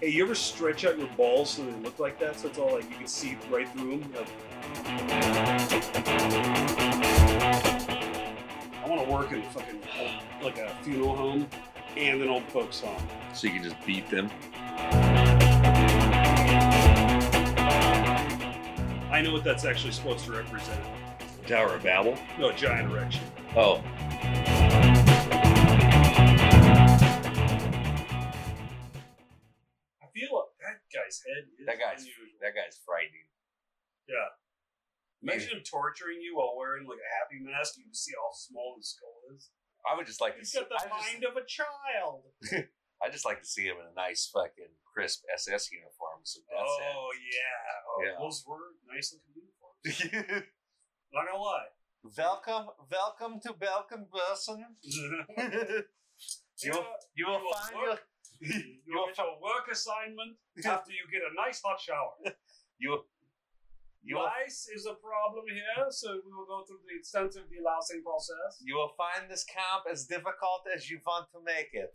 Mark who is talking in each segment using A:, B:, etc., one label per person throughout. A: Hey, you ever stretch out your balls so they look like that? So it's all like you can see right through them. Like, I want to work in fucking like a funeral home and an old folks home.
B: So you can just beat them.
A: I know what that's actually supposed to represent.
B: Tower of Babel.
A: No, a giant erection.
B: Oh,
A: I feel like that guy's head. Is
B: that guy's
A: unusual.
B: that guy's frightening.
A: Imagine him torturing you while wearing like a happy mask. You can see how small his skull is.
B: I would just like to.
A: He's
B: See,
A: got the
B: I, just,
A: mind of a child.
B: I just like to see him in a nice fucking crisp SS uniform with some death's
A: oh yeah. Oh,
B: Yeah.
A: those were nice looking uniforms.
B: head.
A: Not gonna lie.
B: welcome, welcome to Belkin Burson. you, will- you will
A: will
B: find
A: work-
B: your
A: you will get a work assignment after you get a nice hot shower.
B: you you will,
A: Lice is a problem here, so we will go through the extensive delousing process.
B: you will find this camp as difficult as you want to make it.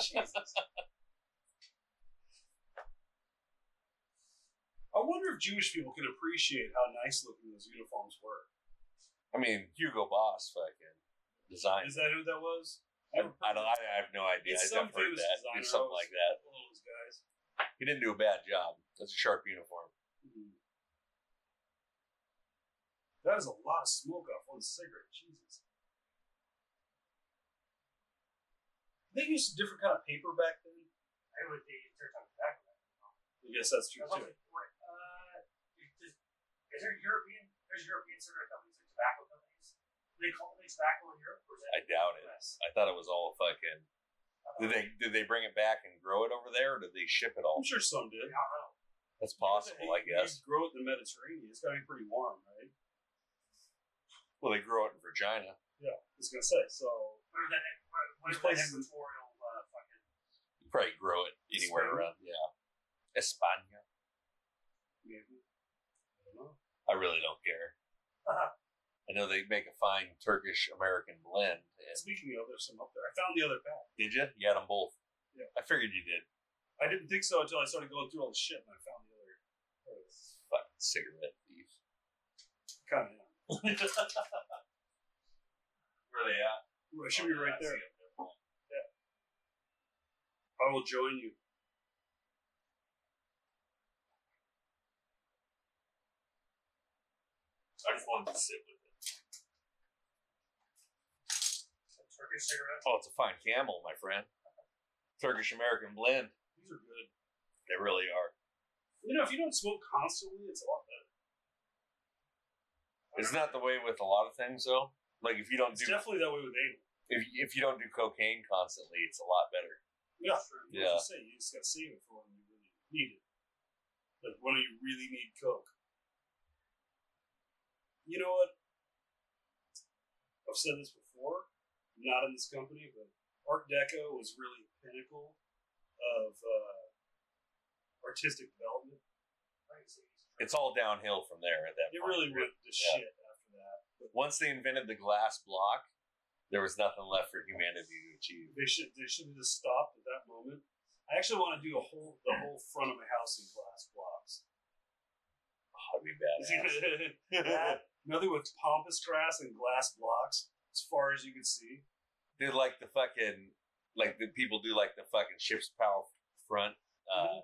A: Jesus. I wonder if Jewish people can appreciate how nice looking those uniforms were.
B: I mean, Hugo Boss fucking designed.
A: Is that who that was?
B: I, I don't. I have no idea.
A: It's
B: I've
A: some
B: never heard
A: famous
B: that.
A: designer.
B: It's something like that.
A: One of those guys.
B: He didn't do a bad job. That's a sharp uniform. Hmm.
A: That is a lot of smoke off one cigarette. Jesus. They used a different kind of paper back then. I would they used different kind of back then. I guess that's true too.
C: uh, Is there European? There's European cigarette companies, there's tobacco companies. Do they call they tobacco in Europe? Or is that
B: I doubt it.
C: US?
B: I thought it was all fucking.
A: Uh,
B: Did they did they bring it back and grow it over there, or did they ship it all?
A: I'm sure some did.
C: I don't know.
B: That's possible, I
A: You-
B: guess.
A: You grow it in the Mediterranean. It's got to be pretty warm, right?
B: Well, they grow it in Virginia.
A: Yeah. I was gonna say. So
C: What are that? What, what
A: These places-
C: is that equatorial uh, fucking?
B: You probably grow it anywhere
A: Spain?
B: around. Yeah, España.
A: maybe. I don't know.
B: I really don't care.
C: Uh-huh.
B: I know they make a fine Turkish American blend. And
A: Speaking of, there's some up there. I found the other bag.
B: did you? You had them both.
A: Yeah.
B: I figured you did.
A: I didn't think so until I started going through all the shit and I found the other.
B: Fucking cigarette thief.
A: Kind of.
B: Where they at?
A: I should be
B: Oh,
A: right there.
B: yeah, I see
A: Yeah. I will join you.
C: I just wanted to sit with it. A Turkish cigarette.
B: Oh, it's a fine camel, my friend. Turkish American blend.
A: These are good.
B: They really are.
A: You know, if you don't smoke constantly, it's a lot better.
B: Isn't that the way with a lot of things though? Like if you don't
A: It's
B: do
A: definitely that way with anal.
B: if, if you don't do cocaine constantly, it's a lot better.
A: Yeah.
B: Yeah.
A: Like you say, you just got to save it for when you really need it. Like when you really need coke. You know what? I've said this before, not in this company, but Art Deco was really the pinnacle of uh, artistic development. I can say it's-
B: It's all downhill from there at that
A: It
B: point.
A: really went to
B: Yeah.
A: shit after that.
B: Once they invented the glass block, there was nothing left for humanity to achieve.
A: They should they should have just stopped at that moment. I actually want to do a whole the whole front of my house in glass blocks.
B: Oh, that'd be badass.
A: that, nothing with pompous grass and glass blocks as far as you can see.
B: They're like the fucking like the people do like the fucking ship's power front uh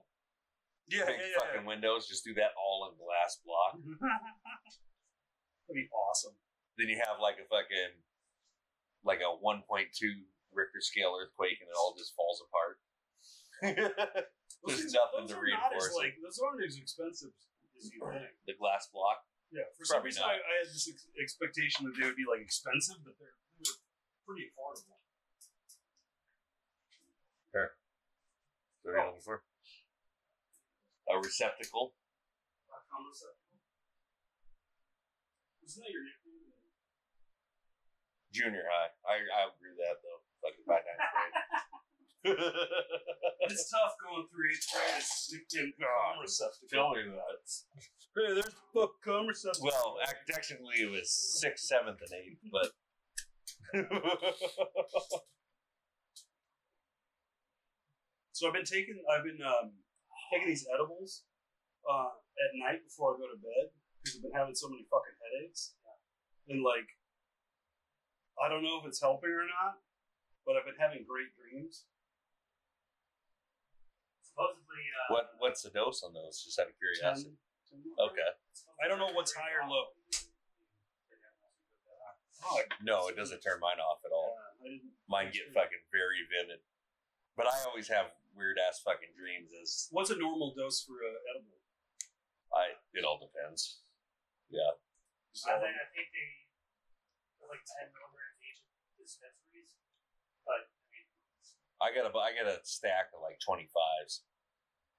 A: Yeah,
B: big fucking windows, just do that all in glass block.
A: That'd be awesome.
B: then you have like a fucking like a 1.2 Richter scale earthquake and it all just falls apart.
A: Those
B: There's
A: things-
B: nothing
A: those
B: to
A: are not as,
B: reinforce it.
A: like, those aren't as expensive as you think.
B: the glass block.
A: Yeah, for some
B: Probably
A: reason,
B: not.
A: I, I had this ex- expectation that they would be like expensive, but they're, they're pretty affordable.
B: Is that what you're looking for? A receptacle.
A: Like, how much that- Isn't that your nickname?
B: Junior high. I, I agree with that though. Like by ninth grade.
A: It's tough going through eighth grade. It's nicknamed cum receptacle.
B: Oh, Tell me that.
A: Hey, there's the book cum receptacle.
B: Well, ac- technically it was sixth, seventh, and eighth, but
A: So I've been taking I've been um, taking these edibles uh, at night before I go to bed because I've been having so many fucking headaches. And like, I don't know if it's helping or not, but I've been having great dreams.
C: Supposedly, uh,
B: What what's the dose on those? Just out of curiosity.
A: Ten- ten-
B: Okay.
A: I don't know what's high or low. Oh, I-
B: No, it doesn't turn mine off at all.
A: yeah, I didn't.
B: Mine get fucking very vivid. But I always have weird ass fucking dreams. As
A: What's a normal dose for an edible?
B: I, it all depends. Yeah,
A: So,
C: I think, I think they they're like ten milligrams each at dispensaries, but I mean,
B: I got a I got a stack of like twenty fives.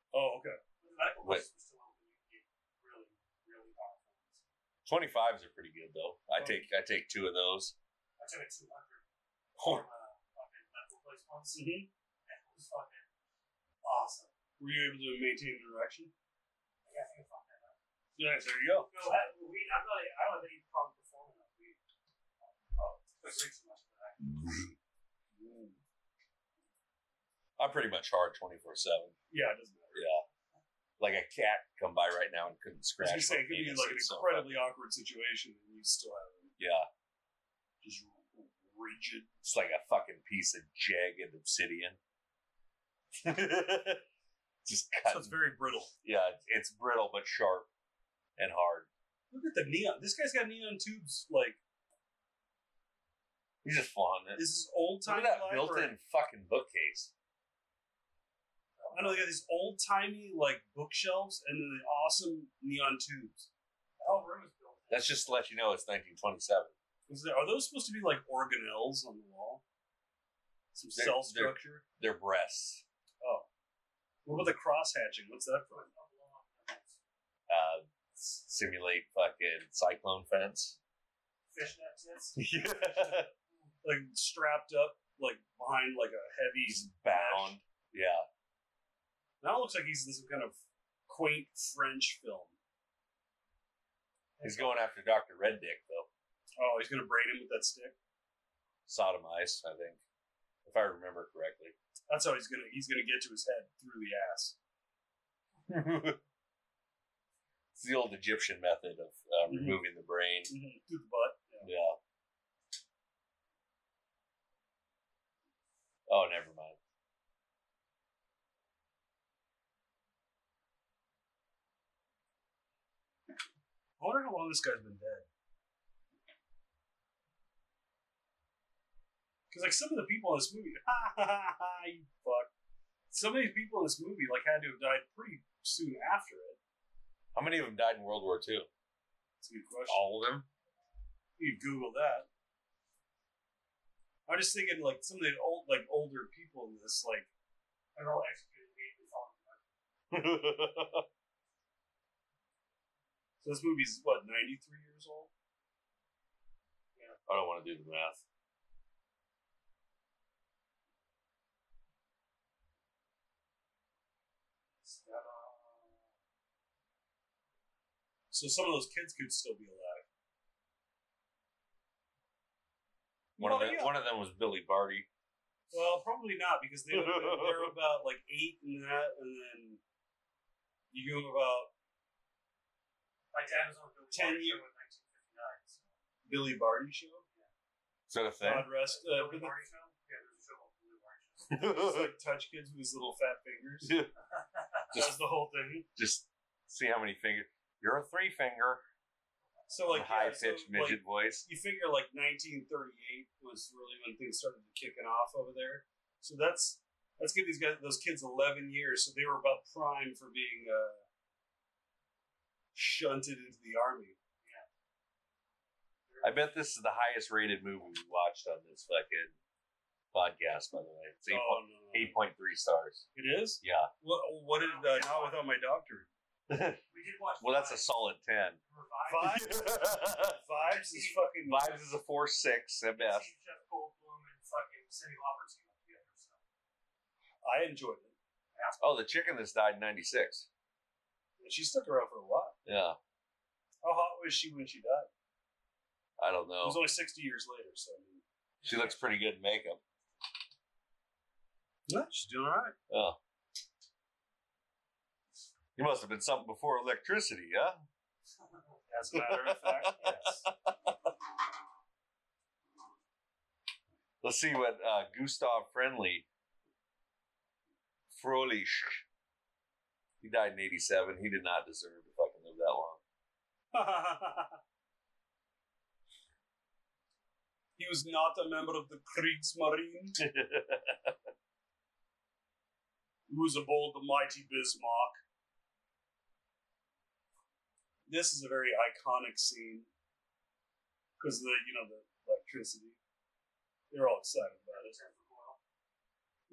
A: oh, okay.
C: the medical
B: Wait.
C: ones are still open. You can get really, really powerful. ones.
B: Twenty fives are pretty good though. I
A: Oh.
B: take I take two of those.
C: I took a two hundred from a uh, fucking medical place once, and
A: Mhm.
C: it was fucking awesome.
A: Were you able to maintain direction?
C: Like, I think I found that out.
A: Nice. There you go.
C: No, that weed. I'm not. I don't have any problem performing that weed. Oh, I drink too much of that.
A: Mm.
B: I'm pretty much hard twenty four seven.
A: Yeah, it doesn't matter.
B: Yeah, like a cat come by right now and
A: I
B: couldn't
A: was
B: scratch.
A: gonna say
B: my
A: it could be
B: penis.
A: like an
B: It's so
A: incredibly awkward situation, and you still have it.
B: fucking- yeah,
A: just rigid.
B: it's like a fucking piece of jagged obsidian. Just cut.
A: So it's very brittle.
B: yeah, it's brittle but sharp and hard.
A: Look at the neon. This guy's got neon tubes. Like
B: He's just flaunting it.
A: this is old
B: Look
A: timey
B: at that built-in fucking bookcase.
A: I know they got these old timey like bookshelves, and then the awesome neon tubes.
C: The whole room is built.
B: That's just to let you know it's 1927.
A: Is there, are those supposed to be like organelles on the wall? Some
B: They're-
A: cell
B: they're-
A: structure.
B: They're breasts.
A: What about the cross hatching? What's that from?
B: Uh, s- simulate fucking cyclone fence.
C: Fishnet tits.
B: He's
A: Like strapped up, like behind like a heavy.
B: bound. Yeah.
A: Now it looks like he's in some kind of quaint French film.
B: He's going after Dr. Red Dick, though.
A: Oh, he's gonna braid him with that stick.
B: Sodomized, I think. If I remember correctly.
A: That's how he's gonna he's gonna get to his head through the ass.
B: it's the old Egyptian method of uh,
A: Mhm.
B: removing the brain.
A: Through the butt.
B: Yeah. Oh, never mind.
A: I wonder how long this guy's been dead. Because like some of the people in this movie, ha ha ha, ha you fuck. Some of these people in this movie like had to have died pretty soon after it.
B: How many of them died in World War II?
A: That's a good question.
B: All of them?
A: You can Google that. I'm just thinking like some of the old like older people in this like
C: They're all executed immediately following the
A: so this movie's what 93 years old.
B: I don't want to do the math.
C: stab. Uh,
A: So some of those kids could still be alive.
B: One of
A: Well,
B: them,
A: yeah.
B: one of them was Billy Barty.
A: Well, probably not because they they're about like eight and that, and then you go about
C: my dad was on the
A: Ten
C: Billy
A: year-
C: Barty show in 1959. So
A: Billy Barty show.
B: Is that a thing?
A: God rest. Uh,
C: Billy
A: with the-
C: Barty show? Yeah, there's a show called Billy Barty show.
A: just, like touch kids with his little fat fingers.
B: Yeah.
A: That was the whole thing.
B: Just see how many fingers. You're a three finger.
A: So like yeah,
B: high
A: so,
B: pitched
A: like,
B: midget voice.
A: you figure like 1938 was really when things started kicking off over there. So that's let's give these guys those kids 11 years. So they were about prime for being uh, shunted into the army.
B: I bet this is the highest rated movie we watched on this fucking podcast. By the way, it's eight
A: Oh, no.
B: eight point three stars.
A: It is.
B: Yeah.
A: What, what did uh, not without my doctor?
C: We did watch.
B: Well, that's a
C: Five.
B: solid ten.
C: Number five.
A: Five? Vibes is fucking
B: Vibes is a four six at best.
C: Steve Jeff Goldblum and fucking Cindy Lauper team up together. So
A: I enjoyed it.
B: Oh, the chicken that's died in ninety six.
A: And She stuck around for a while.
B: Yeah,
A: How hot was she when she died?
B: I don't
A: It was
B: know.
A: only 60 years later. So I mean,
B: She looks pretty good in makeup.
A: yeah, she's doing all right.
B: Oh, You must have been something before electricity, huh?
A: As a matter of fact, yes.
B: Let's see what uh, Gustav Friendly Froelich. He died in '87. He did not deserve to fucking live that long.
A: he was not a member of the Kriegsmarine. He was aboard the mighty Bismarck. This is a very iconic scene because the you know the electricity. They're all excited about it.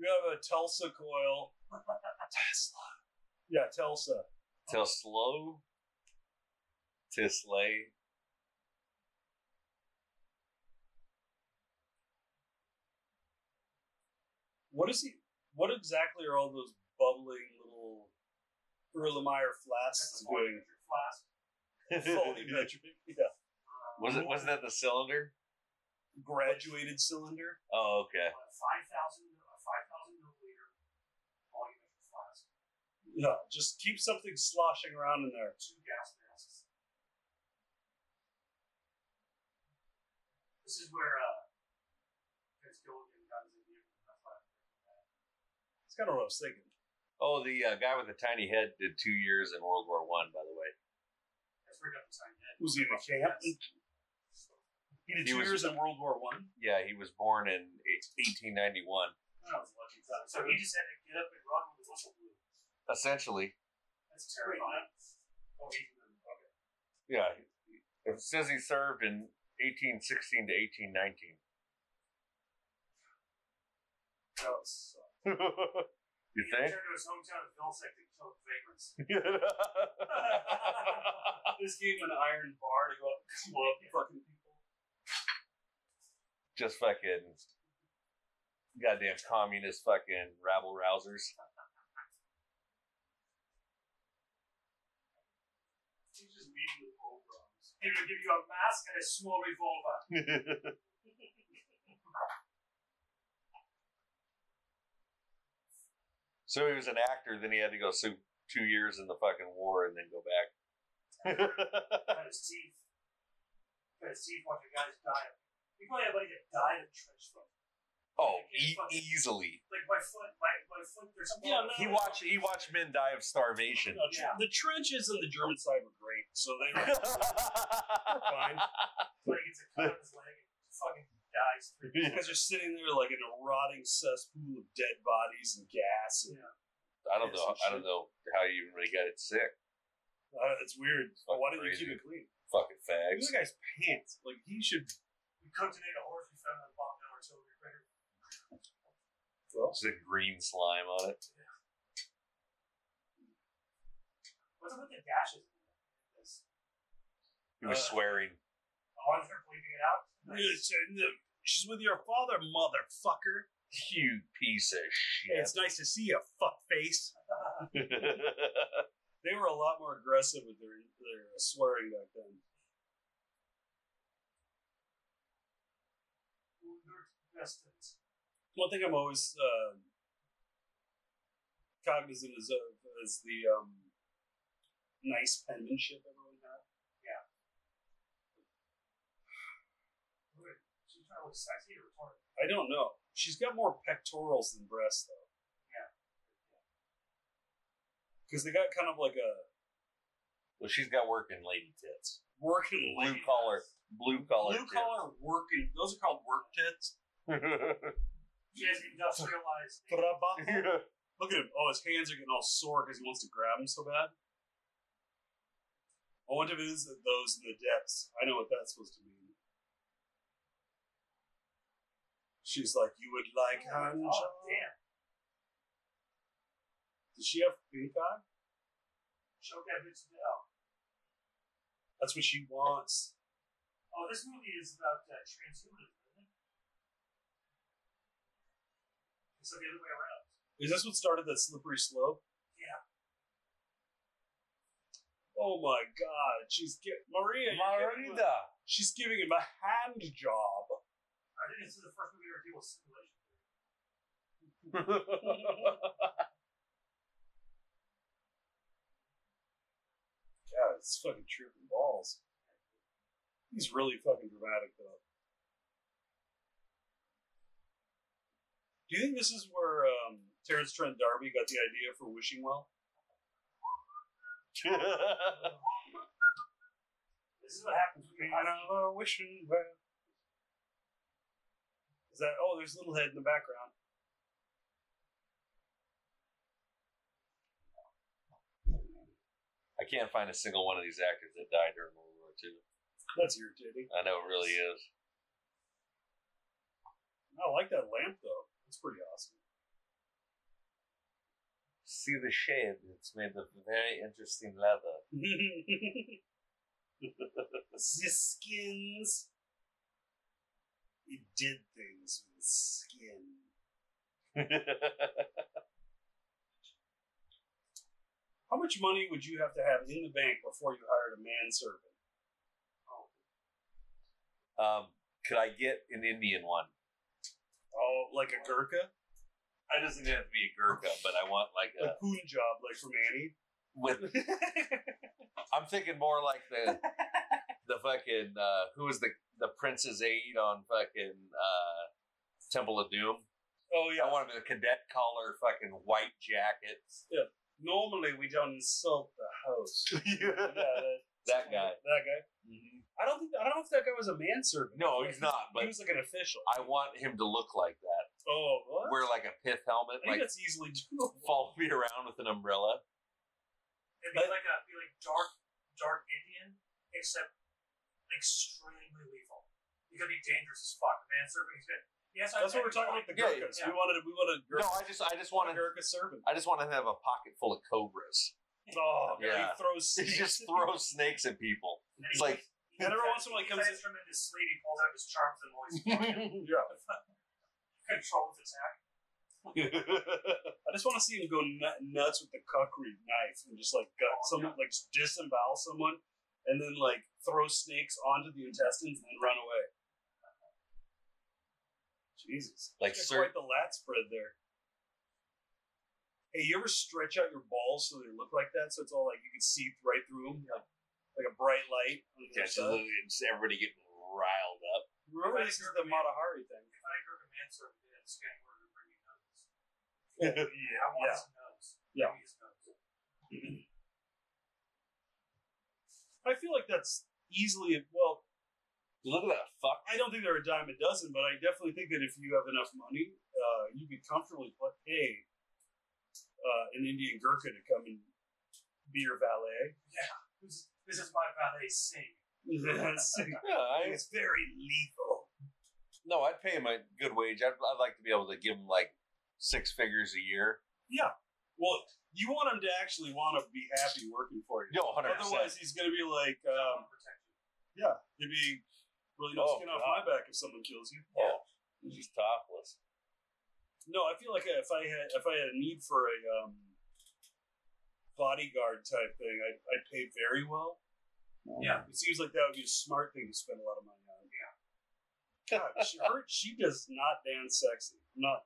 A: We have a Tulsa coil. Tesla. Yeah, Tulsa.
B: Teslo, Tislay.
A: What is he? What exactly are all those bubbling little Erlenmeyer flasks
C: That's a
A: doing?
C: 40 flask.
A: Fully metric. Yeah.
B: Was it? Wasn't that the cylinder?
A: Graduated cylinder.
B: Oh, okay.
C: Five thousand, a five thousand milliliter volumetric flask.
A: Yeah. Just keep something sloshing around in there.
C: Two gas masks. This is where uh, Vince Gilligan got his idea for the flask.
A: It's kind of what I was thinking.
B: Oh, the uh, guy with the tiny head did two years in World War One. By the way,
C: That's where he got the sign head.
A: Was he in a camp? He did
B: He
A: two
B: was-
A: years in World War One.
B: yeah, he was born in 1891.
C: I was lucky. So he just had to get up and run when the whistle blew.
B: Essentially,
C: That's terrifying. Oh, he didn't. Okay.
B: yeah. It says he served in 1816 to 1819.
C: That uh, would suck.
B: you
C: he
B: think?
C: returned to his hometown of Vilsack to kill the vagrants.
A: this gave him an iron bar to go up and club fucking people.
B: Just fucking goddamn communist fucking rabble rousers.
C: He's just beating the pogroms. He would give you a mask and a small revolver.
B: So he was an actor, then he had to go sue two years in the fucking war and then go back.
C: Cut his teeth. Cut his teeth watching guys die. He probably had a buddy that died of trench foot.
B: oh, e- easily.
C: Like my foot, my, my foot, there's something.
A: Yeah, no, Oh,
B: He watched he watched men die of starvation.
A: No, tr-
C: Yeah.
A: The trenches in the German side were great, so they were fine.
C: Like it's a cut on his leg and he fucking dies. Three
A: You guys are sitting there like in a rotting cesspool of dead bodies and gas. And,
B: I don't know. I don't know how you even really got it sick.
A: uh, it's weird.
B: Fucking
A: Why didn't you
B: crazy.
A: keep it clean?
B: Fucking fags.
A: This guy's pants. Like he should.
C: We cooked it in a horse we found on the bomb down our artillery crater.
B: It's a green slime on it.
C: What's up with the dashes? This.
B: He was
A: Uh,
B: swearing.
C: Oh, I'm sure bleeping it out.
A: Yes, and, uh, She's with your father, motherfucker.
B: You piece of
A: Hey,
B: shit.
A: It's nice to see you, fuckface.
B: yeah,
A: They were a lot more aggressive with their their swearing back then.
C: You're destined.
A: One thing I'm always uh, cognizant is of is the um, nice penmanship everyone had.
C: She's trying to look sexy or retarded.
A: I don't know. She's got more pectorals than breasts though.
C: Yeah.
A: Because they got kind of like a
B: well, she's got working lady tits.
A: working
B: Blue
A: lady-
B: collar, blue collar,
A: blue collar working. Those are called work tits.
B: tits.
C: She has industrialized.
A: Trabajo. Look at him. Oh, his hands are getting all sore because he wants to grab him so bad. I wonder if it is those in the depths. I know what that's supposed to mean. She's like, you would like hand
C: oh,
A: job?"
C: damn.
A: Does she have pink eye?
C: Choke that bitch down.
A: That's what she wants.
C: Oh, this movie is about uh, transhumanism, isn't it? So the other way around.
A: Is this what started that slippery slope?
C: Yeah.
A: Oh my God! She's get Maria. you're giving him a-
B: Marita.
A: she's giving him a hand job.
C: I think this is the first movie we ever deal with simulation.
A: God, it's fucking tripping balls. He's really fucking dramatic though. Do you think this is where um, Terrence Trent D'Arby got the idea for Wishing Well?
C: This is what happens when you're
A: Man of a wishing well. Is that? Oh, there's Littlehead in the background.
B: I can't find a single one of these actors that died during World War II.
A: That's irritating.
B: I know it really is.
A: I like that lamp though. It's pretty awesome.
B: See the shade? It's made of very interesting leather.
A: the skins. It did things with skin. How much money would you have to have in the bank before you hired a manservant?
B: um, could I get an Indian one?
A: Oh, like a Gurkha?
B: I doesn't have to be a Gurkha, but I want like a
A: Like Punjab, like from Annie?
B: with. I'm thinking more like the the fucking uh, who was the the Prince's aide on fucking uh, Temple of Doom.
A: Oh,
B: I want him in a cadet collar, fucking white jacket.
A: Normally, we don't insult the house. that,
B: That guy.
A: That guy. I don't think. I don't know if that guy was a manservant.
B: No, Oh, he's not.
A: he
B: But
A: was like an official.
B: I want him to look like that.
A: Oh, what?
B: Wear like a pith
A: I
B: helmet,
A: think
B: like
A: that's easily doable.
B: follow me around with an umbrella.
C: It'd be like a be like dark dark Indian, except extremely lethal. He's gonna be dangerous as fuck. The manservant. He's gonna. Yes,
A: That's what we're talking about. The
B: Yeah,
A: Gurkhas. We wanted. We wanted.
B: No,
A: Gurkha,
B: I just, I just want to,
A: Gurkha servant.
B: I just want to have a pocket full of cobras.
A: Oh,
B: Yeah.
A: he throws.
B: He
A: snakes
B: just
A: at people.
B: throws snakes at people. It's like
A: And every once in a while, he comes.
C: He instrument in his sleeve. He pulls out his charms and always
A: yeah.
C: controls his attack.
A: I just want to see him go nut- nuts with the cuckery knife and just like gut someone, like disembowel someone, and then like throw snakes onto the intestines and then run away. Jesus,
B: Like
A: That's
B: Sir-
A: quite the lat spread there. Hey, you ever stretch out your balls so they look like that? So it's all like you can see right through them, like, like a bright light. On the other
B: Yeah, just
A: side.
B: literally just everybody getting riled up.
A: Remember, this is the Matahari thing.
C: If I heard a manservant, he had a scanning order to bring me nuts. I want
A: Yeah.
C: his nuts.
A: Yeah.
C: Give me his nuts.
A: I feel like that's easily well.
B: Look at that fuck.
A: I don't think they're a dime a dozen, but I definitely think that if you have enough money, uh, you could comfortably pla- pay uh, an Indian Gurkha to come and be your valet.
C: This, this is my valet sing.
A: Yes.
B: Yeah, I,
A: it's very lethal.
B: no, I'd pay him a good wage. I'd, I'd like to be able to give him like six figures a year.
A: Well, you want him to actually want to be happy working for you.
B: No, hundred percent.
A: Otherwise, he's going to be like,
C: I
A: um,
C: want to protect you.
A: yeah, there'd be really no
B: Oh,
A: skin off
B: God.
A: my back if someone kills you.
B: Oh, he's topless.
A: No, I feel like if I had if I had a need for a um, bodyguard type thing, I'd, I'd pay very well.
C: Yeah.
A: It seems like that would be a smart thing to spend a lot of money on. Yeah. God, she, her, she does not dance sexy. Not.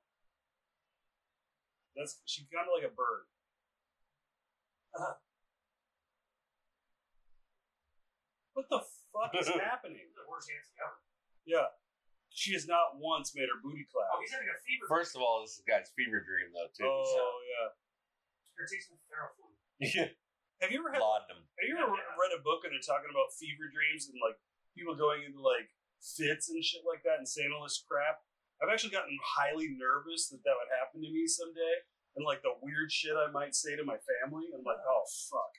A: That's she's kind of like a bird. What the fuck is happening?
C: He's the worst dancing ever.
A: Yeah. She has not once made her booty
C: Oh,
A: clap.
C: he's having a fever.
B: First of all, this guy's fever dream though too.
A: Oh yeah.
C: Here, take some Theraflu.
B: So.
A: Have you ever had
B: Laudanum.
A: Have you ever read a book and they're talking about fever dreams and like people going into like fits and shit like that and saying all this crap? I've actually gotten highly nervous that that would happen to me someday and like the weird shit I might say to my family. I'm like, oh fuck.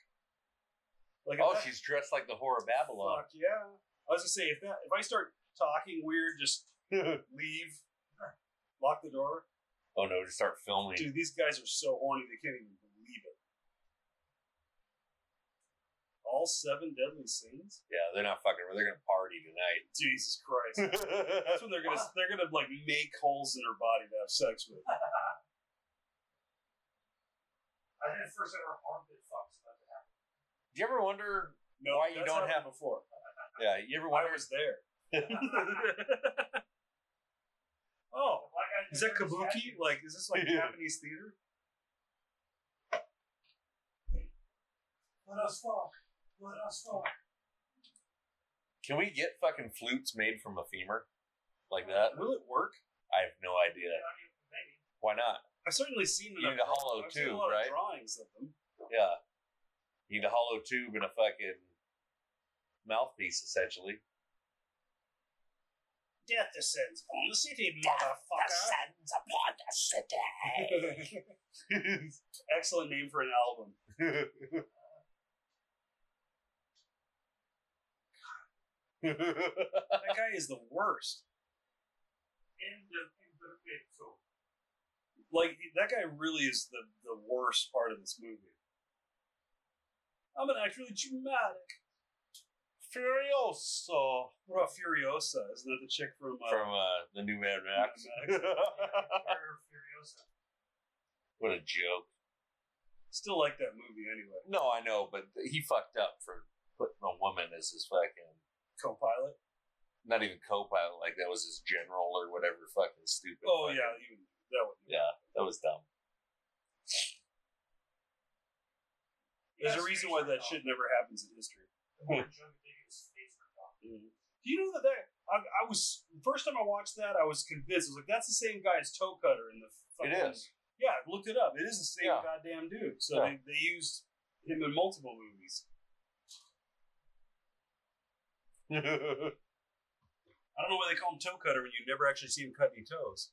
A: Like,
B: Oh,
A: if that-
B: she's dressed like the whore of Babylon.
A: fuck yeah. I was gonna say if that if I start talking weird, just leave, lock the door.
B: Oh no, just start filming.
A: Dude, these guys are so horny they can't even believe it. All seven deadly sins.
B: Yeah, they're not fucking. They're gonna party tonight.
A: Jesus Christ. That's when they're gonna
C: Wow.
A: they're gonna like make holes in her body to have sex with.
C: I think the first ever armpit fuck is about to happen.
B: Do you ever wonder?
A: No,
B: Why you
A: that's
B: don't
A: happened before?
B: Yeah, you ever
A: I
B: wonder?
A: was there. oh,
C: The black guy
A: is that kabuki? Like, is this like Japanese theater?
C: Let us fuck. Let us fall.
B: Can we get fucking flutes made from a femur like that?
A: Will it work?
B: I have no idea.
C: I mean, maybe.
B: Why not?
A: I've certainly seen
B: You need a hollow
A: I've seen
B: tube,
A: a lot
B: right?
A: Of drawings of them.
B: Yeah. You need a hollow tube and a fucking mouthpiece, essentially.
A: Death descends upon the city, motherfucker.
B: upon the city.
A: Excellent name for an album.
B: uh,
A: That guy is the worst.
C: In the in the pit. So
A: Like that guy really is the the worst part of this movie. I'm an actually dramatic.
B: Furioso
A: What about Furiosa? Isn't that the chick from? Uh,
B: from uh, the new Mad Max.
C: Fur- Furiosa.
B: what a joke.
A: still like that movie anyway.
B: No, I know, but he fucked up for putting a woman as his fucking
A: Co-pilot.
B: not even co-pilot, like that was his general or whatever fucking stupid.
A: Oh
B: fucking-
A: yeah, even that one.
B: Yeah, that was dumb.
A: There's a reason why that shit never happens in history. Hmm.
C: Orange junk thing is face ripped off.
A: Do you know that that I, I was first time I watched that I was convinced I was like that's the same guy as Toe Cutter in the
B: It
A: fucking-
B: is.
A: yeah I looked it up it is the same
B: Yeah.
A: goddamn dude so
B: Yeah.
A: they, they used him in multiple movies I don't know why they call him Toe Cutter when you never actually see him cut any toes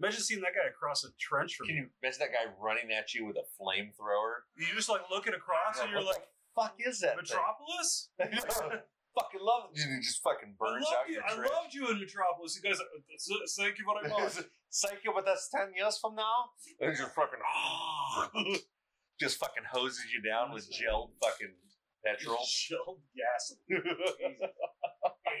A: imagine seeing that guy across a trench from
B: Can
A: you
B: you imagine that guy running at you with a flamethrower?
A: you're just like looking across and you're
B: what
A: like
B: the fuck is that? thing?
A: Metropolis
B: fucking love it. It just fucking
A: I
B: burns
A: love
B: out
A: you
B: your
A: I
B: trench.
A: loved you in Metropolis you guys uh, thank you what I want
B: Psycho, but that's ten years from now. And just
A: Ah.
B: fucking, just fucking hoses you down with gel fucking petrol.
A: Shelled gasoline. Jesus.
C: Yeah, he, he,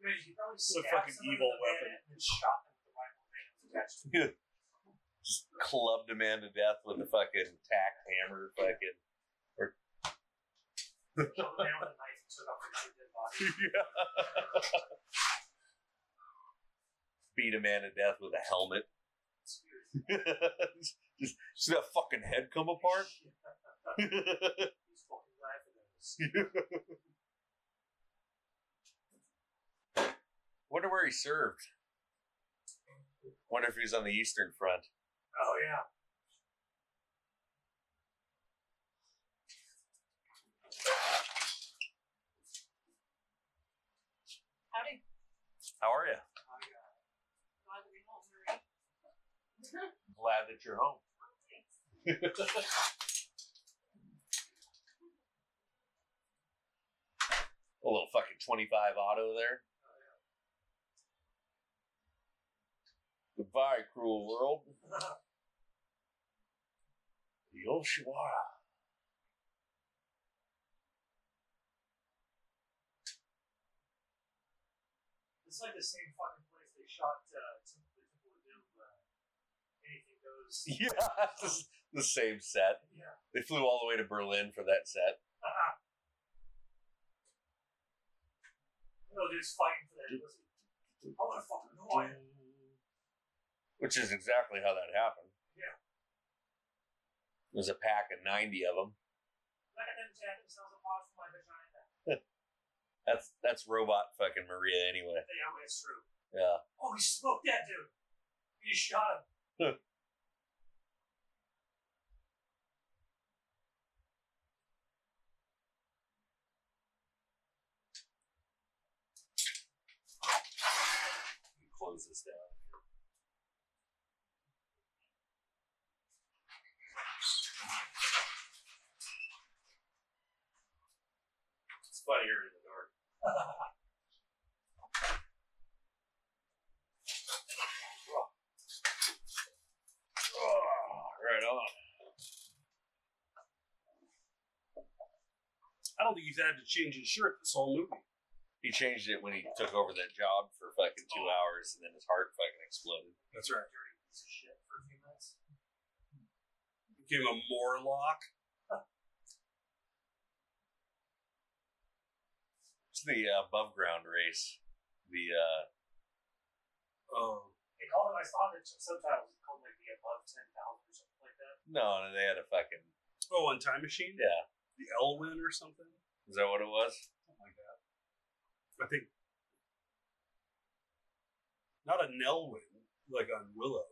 C: he, he probably
A: It's a
C: stabbed
A: fucking
C: someone in
A: evil
C: the head
A: weapon.
C: and then shot them with the rifle that was attached to
B: Just clubbed a man to death with a fucking tack hammer. Fucking.
C: it. Killed the man with a knife and took off another dead body.
B: Beat a man to death with a helmet.
C: Conspiracy.
B: just see that fucking head come apart.
C: He's fucking laughing at us.
B: Wonder where he served. Wonder if he was on the Eastern Front.
C: Oh yeah.
D: Howdy.
B: How are you?
C: Oh yeah.
D: Glad to be home, Marie.
B: Glad that you're home.
D: Thanks.
B: A little fucking 25 auto there. Goodbye, cruel world. Yoshiwara.
C: It's like the same fucking place they shot uh, Temple the Temple of Doom. Uh, anything goes.
B: Yeah, it's just the same set.
C: Yeah.
B: They flew all the way to Berlin for that set.
C: no, just fighting for that pussy. I want to fucking know I am.
B: Which is exactly how that happened.
C: Yeah.
B: There's a pack of 90 of them.
C: Like I didn't chat themselves apart from my vagina.
B: That's that's robot fucking Maria anyway.
C: They are it's true.
B: Yeah.
C: Oh, he smoked that dude. He just shot him.
B: Close this down.
A: It's funnier in the dark.
B: Oh, right on.
A: I don't think he's had to change his shirt this whole movie.
B: He changed it when he took over that job for fucking two hours, and then his heart fucking exploded.
A: That's right.
C: Dirty piece of shit for a few minutes.
A: Became a Morlock.
B: It's the uh, above ground race. The uh,
A: Oh.
C: They call it, I saw the subtitles, it called like the above 10,000 or something like that.
B: no, no, they had a fucking
A: Oh, on Time Machine?
B: yeah.
A: The Elwyn or something?
B: Is that what it was?
A: Something like that. I think not a Nelwyn like on Willow.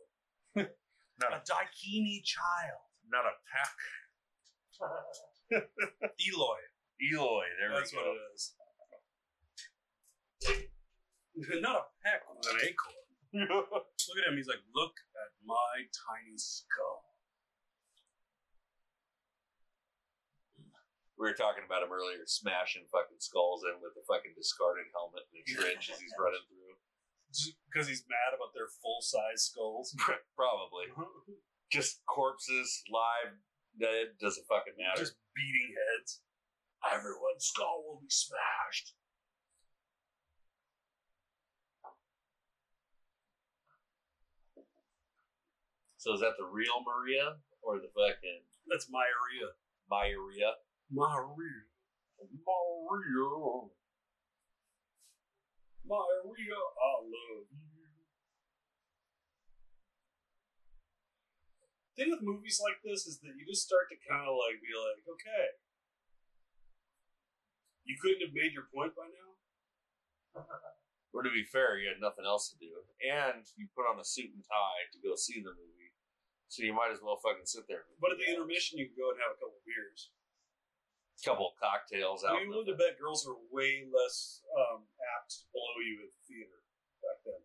B: No.
A: A Daikini child.
B: Not a pack.
A: Eloy.
B: Eloy. There
A: That's
B: we
A: what
B: go.
A: it is. Not a peck, but an acorn. Look at him. He's like, look at my tiny skull.
B: We were talking about him earlier, smashing fucking skulls in with the fucking discarded helmet and the trench as he's running through.
A: Because he's mad about their full size skulls.
B: Probably. Just corpses, live, dead, doesn't fucking matter.
A: Just beating heads. Everyone's skull will be smashed.
B: so is that the real Maria or the fucking
A: That's Myria.
B: Maria?
A: Myria.
B: Maria.
A: Myria, I love you. Thing with movies like this is that you just start to kind of like be like, okay, you couldn't have made your point by now.
B: Or to be fair, you had nothing else to do. And you put on a suit and tie to go see the movie. So you might as well fucking sit there.
A: But at the intermission, you can go and have a couple beers.
B: couple of cocktails out.
A: I mean,
B: in
A: willing to
B: the-
A: bet girls are way less um, apt to blow you at the theater back then.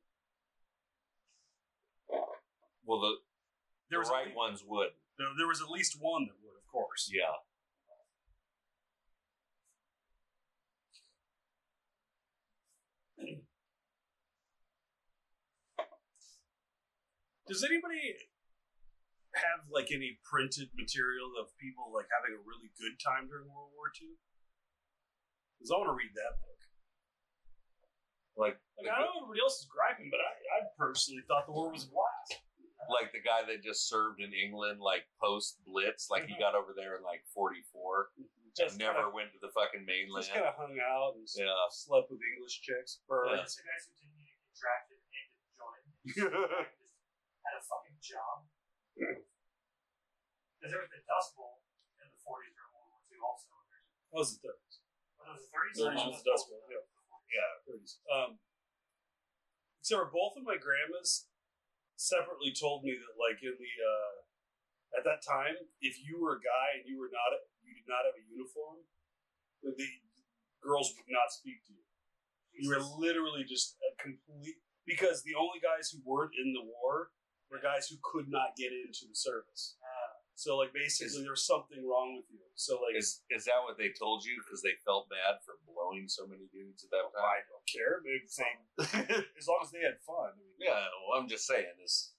B: well, the, the
A: was at
B: right
A: lea-
B: ones would.
A: There, there was at least one that would, of course.
B: Yeah.
A: Does anybody have like any printed material of people like having a really good time during World War II? Because I want to read that book.
B: Like,
A: Like I don't know everybody else is griping, but I, I personally thought the war was a blast.
B: like the guy that just served in England, like post Blitz, like
A: Uh-huh.
B: he got over there in like 44.
A: Just
B: never
A: never
B: went to the fucking mainland.
A: just kind of hung out and s-
B: yeah.
A: slept with English chicks. Birds.
C: It's the guys who didn't need to get drafted and didn't join. just had a fucking job. Because there was the Dust Bowl in the 40s during World War II also.
A: That was the thirties.
C: But it was the 30s.
A: Thirties was the Dust Bowl. Yeah, yeah, thirties. Um, so were both of my grandmas separately told me that, like, in the uh, at that time, if you were a guy and you were not, you did not have a uniform, that the girls would not speak to you. You were literally just a complete because the only guys who weren't in the war were guys who could not get into the service.
C: Uh,
A: So, like, basically, there's something wrong with you. So, like,
B: Is is that what they told you? Because they felt bad for blowing so many dudes at that
A: I
B: time.
A: don't care. Maybe same. as long as they had fun. I mean,
B: Yeah, well, I'm just saying, is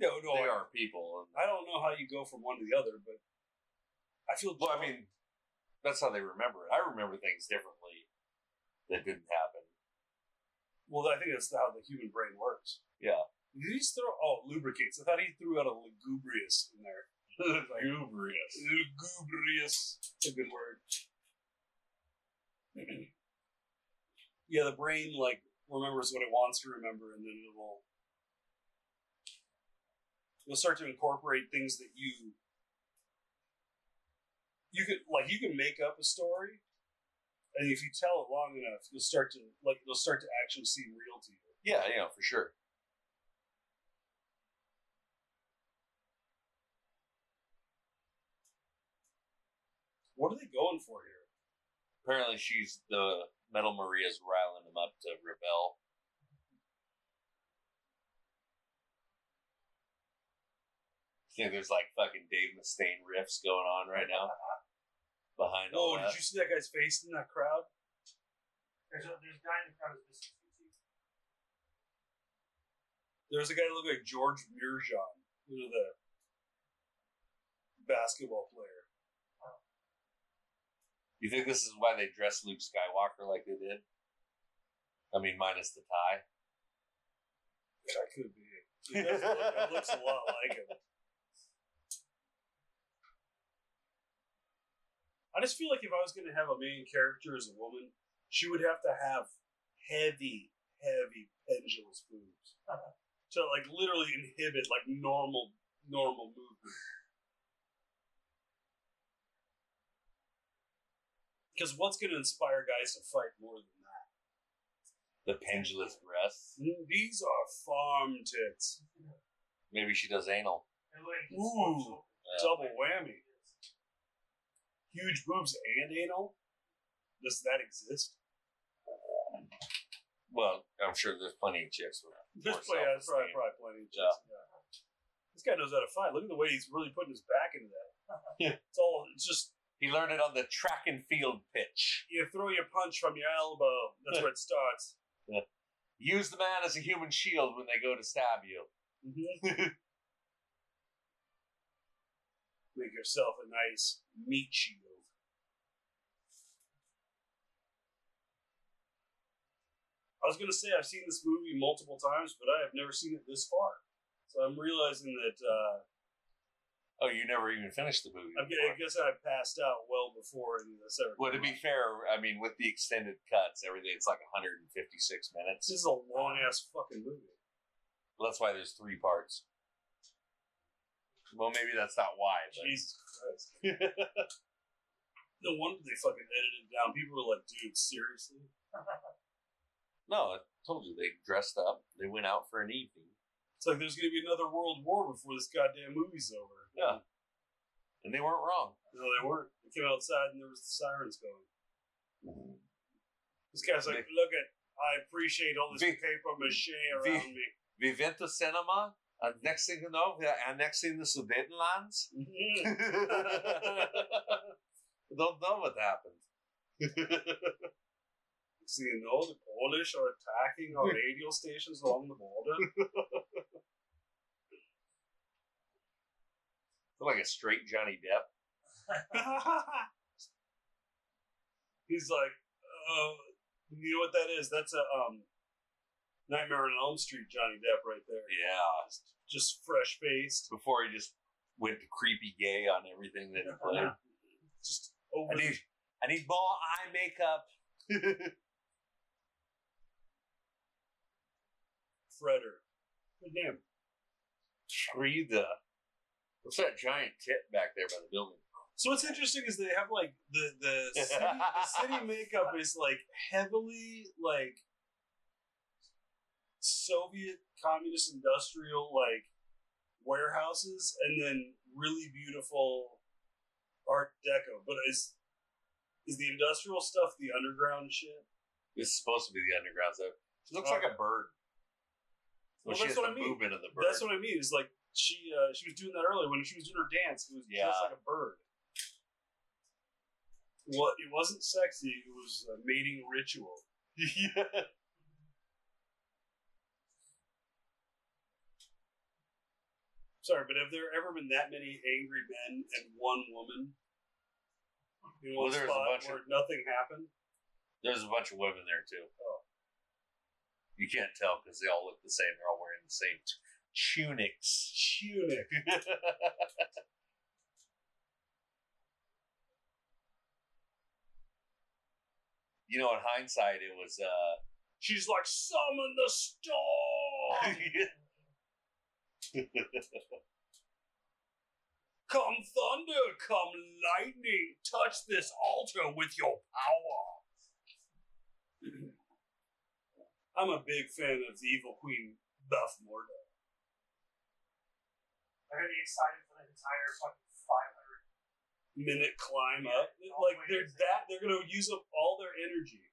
A: No, no.
B: they
A: I,
B: are people. And,
A: I don't know how you go from one to the other, but I feel.
B: well, I mean, that's how they remember it. I remember things differently that didn't happen.
A: well, I think that's how the human brain works.
B: Yeah.
A: Did he just throw? Oh, lubricates. I thought he threw out a lugubrious in there. Like,
B: Lugubrious.
A: lugubrious. That's a good word. yeah, the brain like remembers what it wants to remember, and then it will. You'll start to incorporate things that you. You could like you can make up a story, and if you tell it long enough, you'll start to like it'll start to actually seem real to you.
B: Yeah, you know, for sure.
A: What are they going for here?
B: Apparently, she's the Metal Maria's riling them up to rebel. I think there's like fucking Dave Mustaine riffs going on right now behind all
A: Oh,
B: that.
A: did you see that guy's face in that crowd?
C: there's, a, there's a guy in the crowd who's missing two teeth.
A: There's a guy that looked like George Mirjan, you know, the basketball player.
B: You think this is why they dress Luke Skywalker like they did? I mean, minus the tie.
A: That could be. it. He does look, it looks a lot like him. I just feel like if I was going to have a main character as a woman, she would have to have heavy, heavy pendulous moves to like literally inhibit like normal, normal movement. Because what's going to inspire guys to fight more than that?
B: The pendulous breasts.
A: Mm, These are farm tits.
B: Maybe she does anal.
C: And like, it's
A: Ooh.
B: Yeah.
A: Double whammy. Huge boobs and anal? Does that exist?
B: Well, I'm sure there's plenty of chicks with
A: There's
B: more
A: plenty, yeah, there's probably, probably plenty
B: self-esteem.
A: of
B: Yeah.
A: chicks. Yeah. This guy knows how to fight. Look at the way he's really putting his back into that.
B: Yeah.
A: It's all, it's just,
B: He learned it on the track and field pitch.
A: you throw your punch from your elbow. That's where it starts.
B: Use the man as a human shield when they go to stab you.
A: Make yourself a nice meat shield. I was going to say I've seen this movie multiple times, but I have never seen it this far. So I'm realizing that uh,
B: Oh, you never even finished the movie.
A: I'm getting, I
B: before.
A: guess I passed out well before any of this ever.
B: Well, to
A: came
B: be
A: out.
B: fair, I mean, with the extended cuts, everything, it's like 156 minutes.
A: This is a long ass fucking movie.
B: That's why there's three parts. Well, maybe that's not why, but
A: Jesus Christ. no wonder they fucking edited it down. People were like, dude, seriously?
B: no, I told you they dressed up. They went out for an evening,
A: It's like there's going to be another world war before this goddamn movie's over.
B: Yeah. and they weren't wrong.
A: No, they weren't. They came outside and there was the sirens going. This guy's like, look at, I appreciate all this
B: Vic-
A: paper mache
B: Vic-
A: around me.
B: We went to cinema. And next thing you know, we are annexing the Sudetenlands.
A: Mhm.
B: Don't know what happened.
A: So you know the Polish are attacking our radio stations along the border.
B: Feel like a straight Johnny Depp.
A: He's like, uh, you know what that is? That's a um, Nightmare on Elm Street Johnny Depp right there.
B: Yeah.
A: Just fresh faced,
B: Before he just went creepy gay on everything that he played.
A: Oh, just over
B: I
A: the
B: need, I need more eye makeup.
A: Fredder. Good name.
B: Frida. What's that giant tit back there by the building?
A: So what's interesting is they have like the the city, the city makeup is like heavily like Soviet communist industrial like warehouses, and then really beautiful Art Deco. But is is the industrial stuff the underground shit?
B: This is supposed to be the underground zone. She looks like a bird.
A: Well,
B: she
A: that's
B: has
A: what
B: the
A: I mean.
B: movement of the bird.
A: That's what I mean. Is like she uh, she was doing that earlier when she was doing her dance. It was
B: Yeah.
A: just like a bird. Well, it wasn't sexy. It was a mating ritual.
B: yeah.
A: Sorry, but have there ever been that many angry men and one woman in
B: Well,
A: one
B: there's a
A: spot
B: bunch
A: where nothing happened?
B: There's a bunch of women there too.
A: Oh.
B: You can't tell because they all look the same. They're all wearing the same t- tunics.
A: Tunic.
B: You know, in hindsight, it was. uh
A: She's like, summon the storm! Come thunder, come lightning, touch this altar with your power. I'm a big fan of the evil queen, Beth Morda.
C: I'm gonna be excited for the entire fucking 500.
A: minute climb up. Like they're that they're gonna use up all their energy.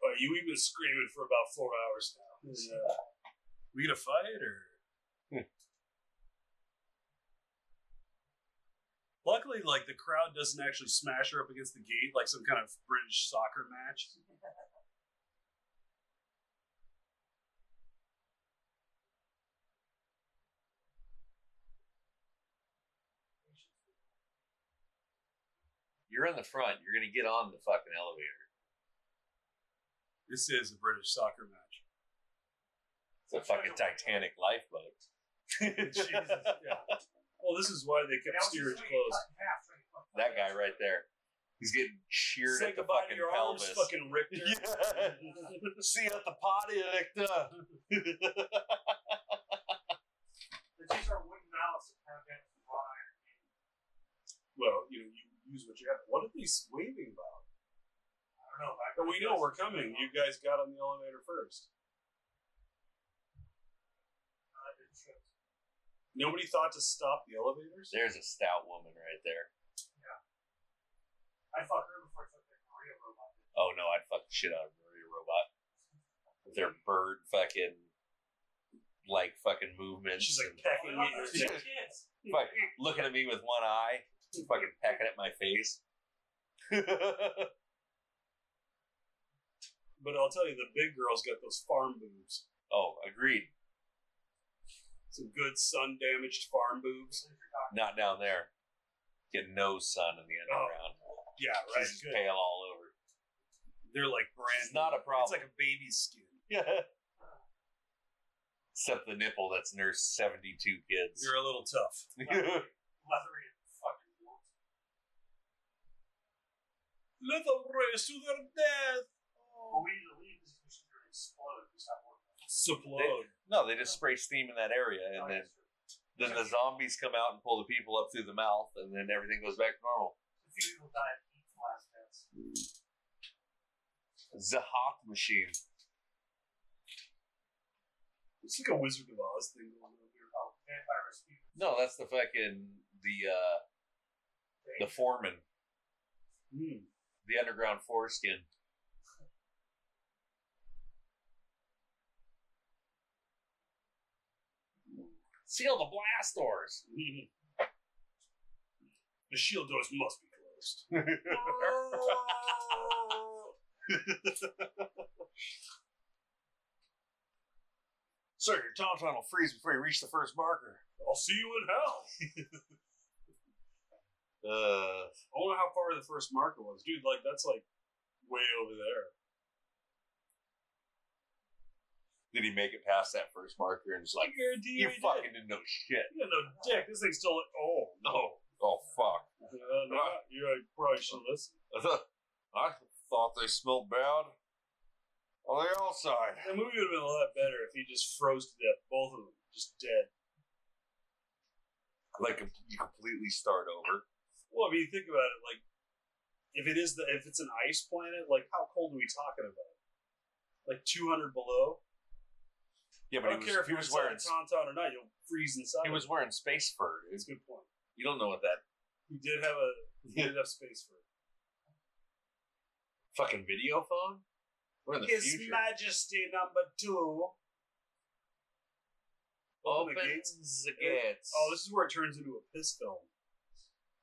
A: But you we've been screaming for about four hours now. Yeah. We gonna fight or? Luckily, like the crowd doesn't actually smash her up against the gate like some kind of British soccer match.
B: You're in the front. You're gonna get on the fucking elevator.
A: This is a British soccer match.
B: It's a fucking Titanic lifeboat.
A: Jesus, yeah. Well, this is why they kept steerage closed.
B: That guy right there. He's getting sheared
A: Say
B: at the
A: goodbye to
B: fucking
A: your
B: pelvis.
A: arms, fucking Richter.
B: See you at the party, Victor.
C: The these are wooden mallets that have been from wrought iron.
A: well, you know, you use what you have. What are these waving about? we know we're coming. You guys got on the elevator first.
C: Uh, it should.
A: Nobody thought to stop the elevators.
B: There's a stout woman right there.
C: I fucked her before I fucked that Maria robot.
B: Oh no, I'd fuck the shit out of Maria Robot with her bird fucking like fucking movements.
A: She's like
B: and
A: pecking at
C: There's
A: your
C: two kids.
B: fuck, looking at me with one eye, fucking pecking at my face.
A: But I'll tell you, the big girl's got those farm boobs.
B: oh, agreed.
A: Some good sun damaged farm boobs.
B: Not down there. Get no sun in the underground.
A: Yeah, Oh. right.
B: She's
A: Good.
B: pale all over.
A: They're like brand.
B: It's not a problem.
A: It's like a baby's skin.
B: Except the nipple that's nursed 72 kids.
A: You're a little tough.
C: Leathery and fucking warm.
A: Let them race to their death.
C: Well, we need to leave this machine going to explode if we stop working.
A: Explode.
B: no, they just spray steam in that area, and then, then the zombies come out and pull the people up through the mouth, and then everything goes back to normal.
C: A few people died of heat from last dance.
B: Zahat machine.
A: It's like a Wizard of Oz thing going on here.
C: Oh, vampire rescue.
B: No, that's the fucking the uh the foreman,
A: Hmm.
B: the underground foreskin. Seal the blast doors.
A: the Hmm. shield doors must be closed.
B: Sir, your tauntaun will freeze before you reach the first marker.
A: I'll see you in hell.
B: Uh,
A: I wonder how far the first marker was, dude. Like that's like way over there.
B: did he make it past that first marker and just like
A: guarantee
B: you
A: he
B: fucking didn't know shit?
A: did. You got no dick. This thing's still. Oh no.
B: Oh fuck!
A: Uh, no, you uh, probably should listen.
B: I thought they smelled bad on the outside.
A: The movie would have been a lot better if he just froze to death, both of them, just dead.
B: Like you completely start over.
A: Well, I mean, think about it. Like, if it is the if it's an ice planet, like how cold are we talking about? Like two hundred below.
B: Yeah,
A: I don't care if uh, he was wearing a tauntaun or not. You'll freeze inside.
B: he was wearing space fur.
A: It's
B: It's-
A: a good point.
B: You don't know what that
A: He did have a he did have space for it.
B: fucking video phone. We're in the
A: His
B: future.
A: Majesty Number Two.
B: Opens
A: the gates.
B: the gates.
A: Oh, this is where it turns into a piss film.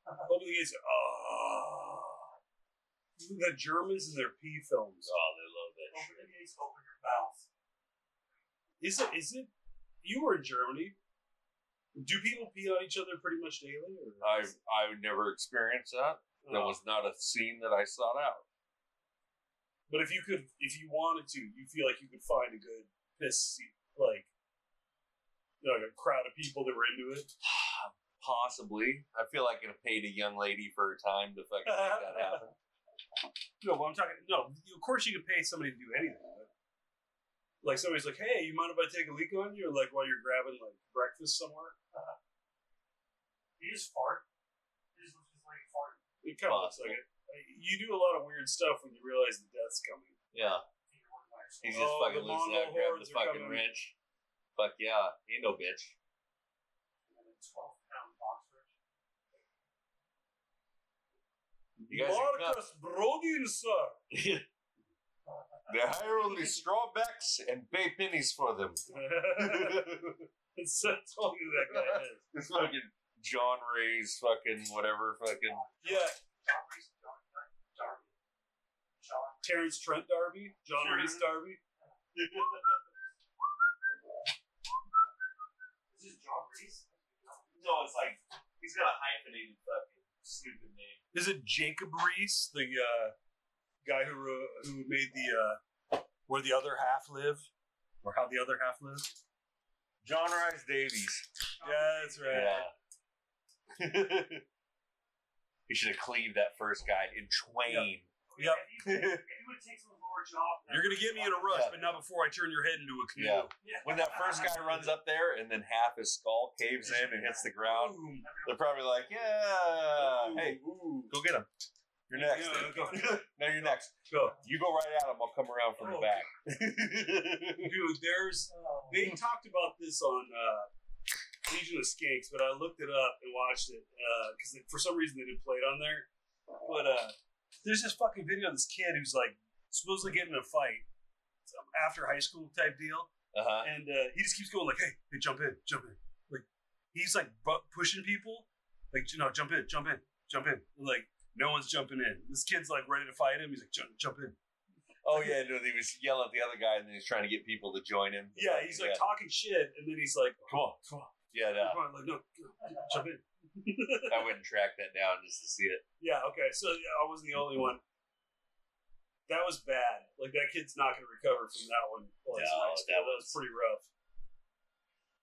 A: Open the gates. Oh. The Germans and their pee films.
B: Oh, they love that
C: Open
B: shit.
C: the gates, open your mouth.
A: Is it? Is it? You were in Germany. Do people pee on each other pretty much daily? Or
B: I I never experienced that. That
A: Oh.
B: was not a scene that I sought out.
A: But if you could, if you wanted to, you feel like you could find a good piss, like, you know, like a crowd of people that were into it.
B: Possibly, I feel like it paid a young lady for her time to fucking make that happen.
A: No, but I'm talking. No, you- of course you could pay somebody to do anything. But like somebody's like, "Hey, you mind if I take a leak on you?" Or like while you're grabbing like breakfast somewhere.
B: Uh-huh.
C: You just fart. You just look just like you fart.
A: It kind of looks like it. You do a lot of weird stuff when you realize the death's coming.
B: Yeah,
C: You can work by yourself.
B: he's just
A: Oh,
B: fucking
A: the
B: losing
A: Mongol
B: out, grab
A: hordes
B: the
A: are
B: fucking
A: coming.
B: wrench. Fuck yeah, ain't no bitch.
C: And then 12 pound box wrench.
B: You guys are
A: Marcus Brodin, sir.
B: They hire only strawbacks and pay pennies for them.
A: so I told you that guy is.
B: It's fucking John Ray's fucking whatever fucking.
A: Yeah,
C: John Reese, John Knight, Darby. John.
A: Terrence Trent Darby, John Reese Darby.
C: Is this John Reese?
B: No, it's like he's got a hyphenated fucking stupid name.
A: Is it Jacob Reese, the uh, guy who wrote, who made the uh, where the other half live, or how the other half live?
B: John Rice Davies.
A: Yeah, that's right.
B: Yeah. he should have cleaved that first guy in twain.
A: Yep.
C: If you, if you would take some lower job.
A: You're gonna get me in a rush, but not before I turn your head into a canoe.
B: Yeah.
C: Yeah.
B: When that first guy runs up there and then half his skull caves in and hits the ground,
A: Boom.
B: they're probably like, "Yeah,
A: Ooh,
B: uh, hey,
A: ooh.
B: go get him." You're next.
A: Yeah, go.
B: No, you're next.
A: Go.
B: You go right at him. I'll come around
A: Oh,
B: from the back.
A: Dude, there's they talked about this on uh, Legion of Skanks, but I looked it up and watched it because for some reason they didn't play it on there. But uh, there's this fucking video of this kid who's like supposedly getting in a fight some after high school type deal,
B: Uh huh.
A: and uh, he just keeps going like, "Hey, hey, jump in, jump in!" Like he's like bu- pushing people, like you know, jump in, jump in, jump in. Like no one's jumping in. This kid's like ready to fight him. He's like, "Jump, jump in."
B: Oh yeah, no, he was yelling at the other guy, and then he's trying to get people to join him.
A: Yeah, he's like talking shit, and then he's like, "Come on, come on."
B: yeah, no,
A: Come on, like, no, jump in.
B: I wouldn't track that down just to see it.
A: Yeah, okay. So yeah, I wasn't the only one. That was bad. Like that kid's not going to recover from that one. Well, that's
B: No,
A: nice, but
B: that
A: that was pretty rough.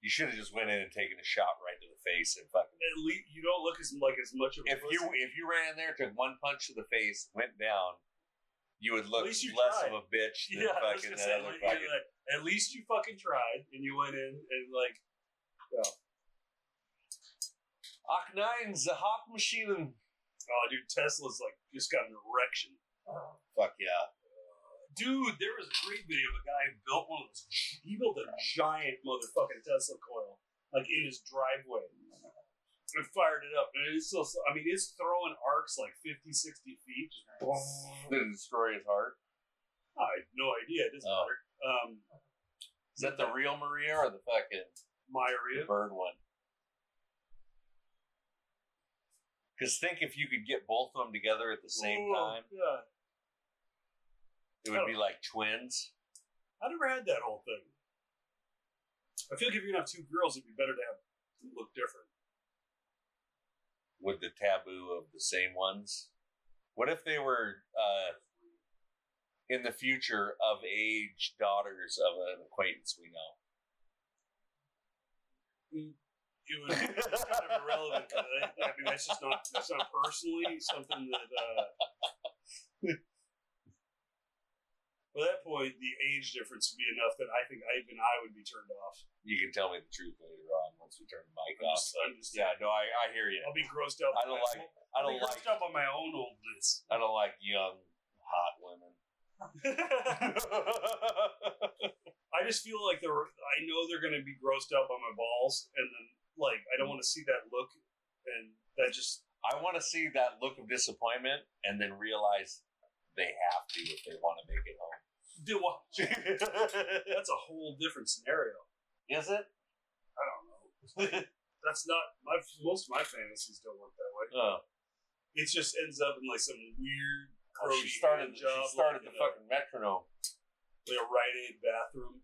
B: You should have just went in and taken a shot right to the face and fucking.
A: At least you don't look as like as much of a
B: If you
A: pussy.
B: if you ran in there, took one punch to the face, went down, you would look less
A: least you
B: of
A: tried.
B: a bitch than
A: yeah, I was
B: fucking
A: gonna
B: that
A: say,
B: other
A: like,
B: fucking.
A: you're like, at least you fucking tried and you went in and like
B: Ach nine's the hop machine. and-
A: oh dude Tesla's like just got an erection.
B: Fuck yeah.
A: Dude, there was a great video of a guy who built one of those he built a giant motherfucking Tesla coil like in his driveway and fired it up and it's still I mean it's throwing arcs like 50 60 feet just
B: Did it destroy his heart?
A: I have no idea. It doesn't
B: Oh.
A: matter. Um,
B: Is that the real Maria or the fucking the
A: Myria.
B: bird one? Because think if you could get both of them together at the same
A: Oh,
B: time,
A: Yeah.
B: it would be like twins.
A: I never had that whole thing. I feel like if you're gonna have two girls, it'd be better to have to look different.
B: Would the taboo of the same ones? What if they were uh, in the future of age daughters of an acquaintance we know?
A: It would be kind of irrelevant. 'cause I, I mean, that's just not that's not personally something that. Uh, By that point, the age difference would be enough that I think I, even I would be turned off.
B: You can tell me the truth later on once we turn the mic
A: I'm
B: off.
A: just, I'm just,
B: Yeah, no, I, I hear you.
A: I'll be grossed out.
B: I don't like. I
A: I'll be
B: don't like.
A: grossed out by my own oldness.
B: I don't like young, hot women.
A: I just feel like they're. I know they're going to be grossed out by my balls, and then like I don't want to see that look, and that just
B: I want to see that look of disappointment and then realize they have to if they want to make it home.
A: do what. That's a whole different scenario.
B: Is it?
A: I don't know. That's not my most of my fantasies don't work that way.
B: Oh,
A: It just ends up in like some weird.
B: oh, she
A: grody
B: started.
A: hand
B: She
A: job,
B: started
A: like,
B: the
A: in a-
B: fucking metronome.
A: like a Rite Aid bathroom.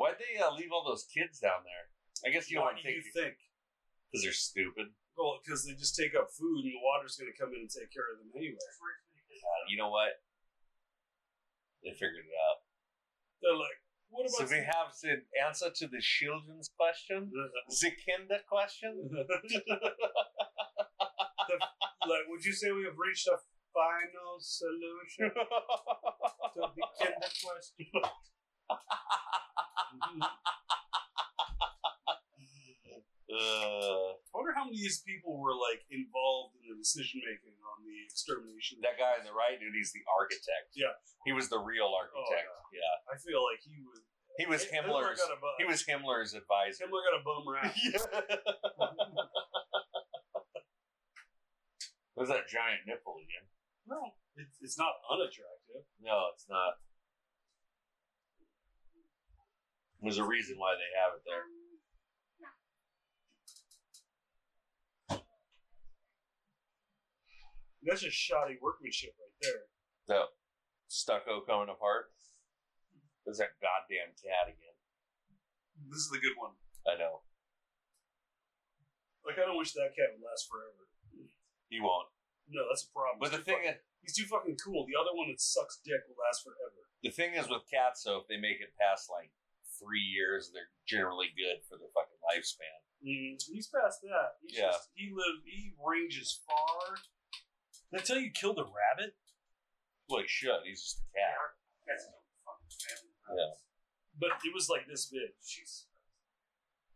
B: Why'd they uh, leave all those kids down there? I guess you
A: Why
B: don't
A: do
B: want to
A: you
B: take
A: think?
B: because they're stupid.
A: Well, because they just take up food, and the water's going to come in and take care of them anyway.
B: Uh, you know what? They figured it out.
A: They're like, what
B: So
A: about?
B: we have the answer to the children's question, the kinder question.
A: like, would you say we have reached a final solution to the kinder question? I
B: Uh,
A: wonder how many of these people were like involved in the decision making on the extermination.
B: that guy on the right, dude, he's the architect.
A: Yeah. Oh,
B: he was the real architect. yeah.
A: I feel like he was.
B: He was Himmler's.
A: got a bum.
B: He was Himmler's advisor.
A: Himmler got a bum rap.
B: There's that giant nipple again.
A: well, it's, it's not unattractive.
B: No, it's not. There's a reason why they have it there.
A: That's just shoddy workmanship right there.
B: The stucco coming apart. There's that goddamn cat again.
A: This is the good one.
B: I know.
A: Like, I don't wish that cat would last forever.
B: He won't.
A: No, that's a problem.
B: But the
A: He's
B: thing
A: fucking-
B: is,
A: he's too fucking cool. The other one that sucks dick will last forever.
B: the thing is with cats though, if they make it past like three years, they're generally good for their fucking lifespan.
A: Mm, he's past that. He's
B: Yeah.
A: just, he lived. He ranges far. Did I tell you, he killed a rabbit.
B: Well he should, he's just a cat.
C: That's no fucking family.
B: Yeah.
A: But it was like this big. Jeez.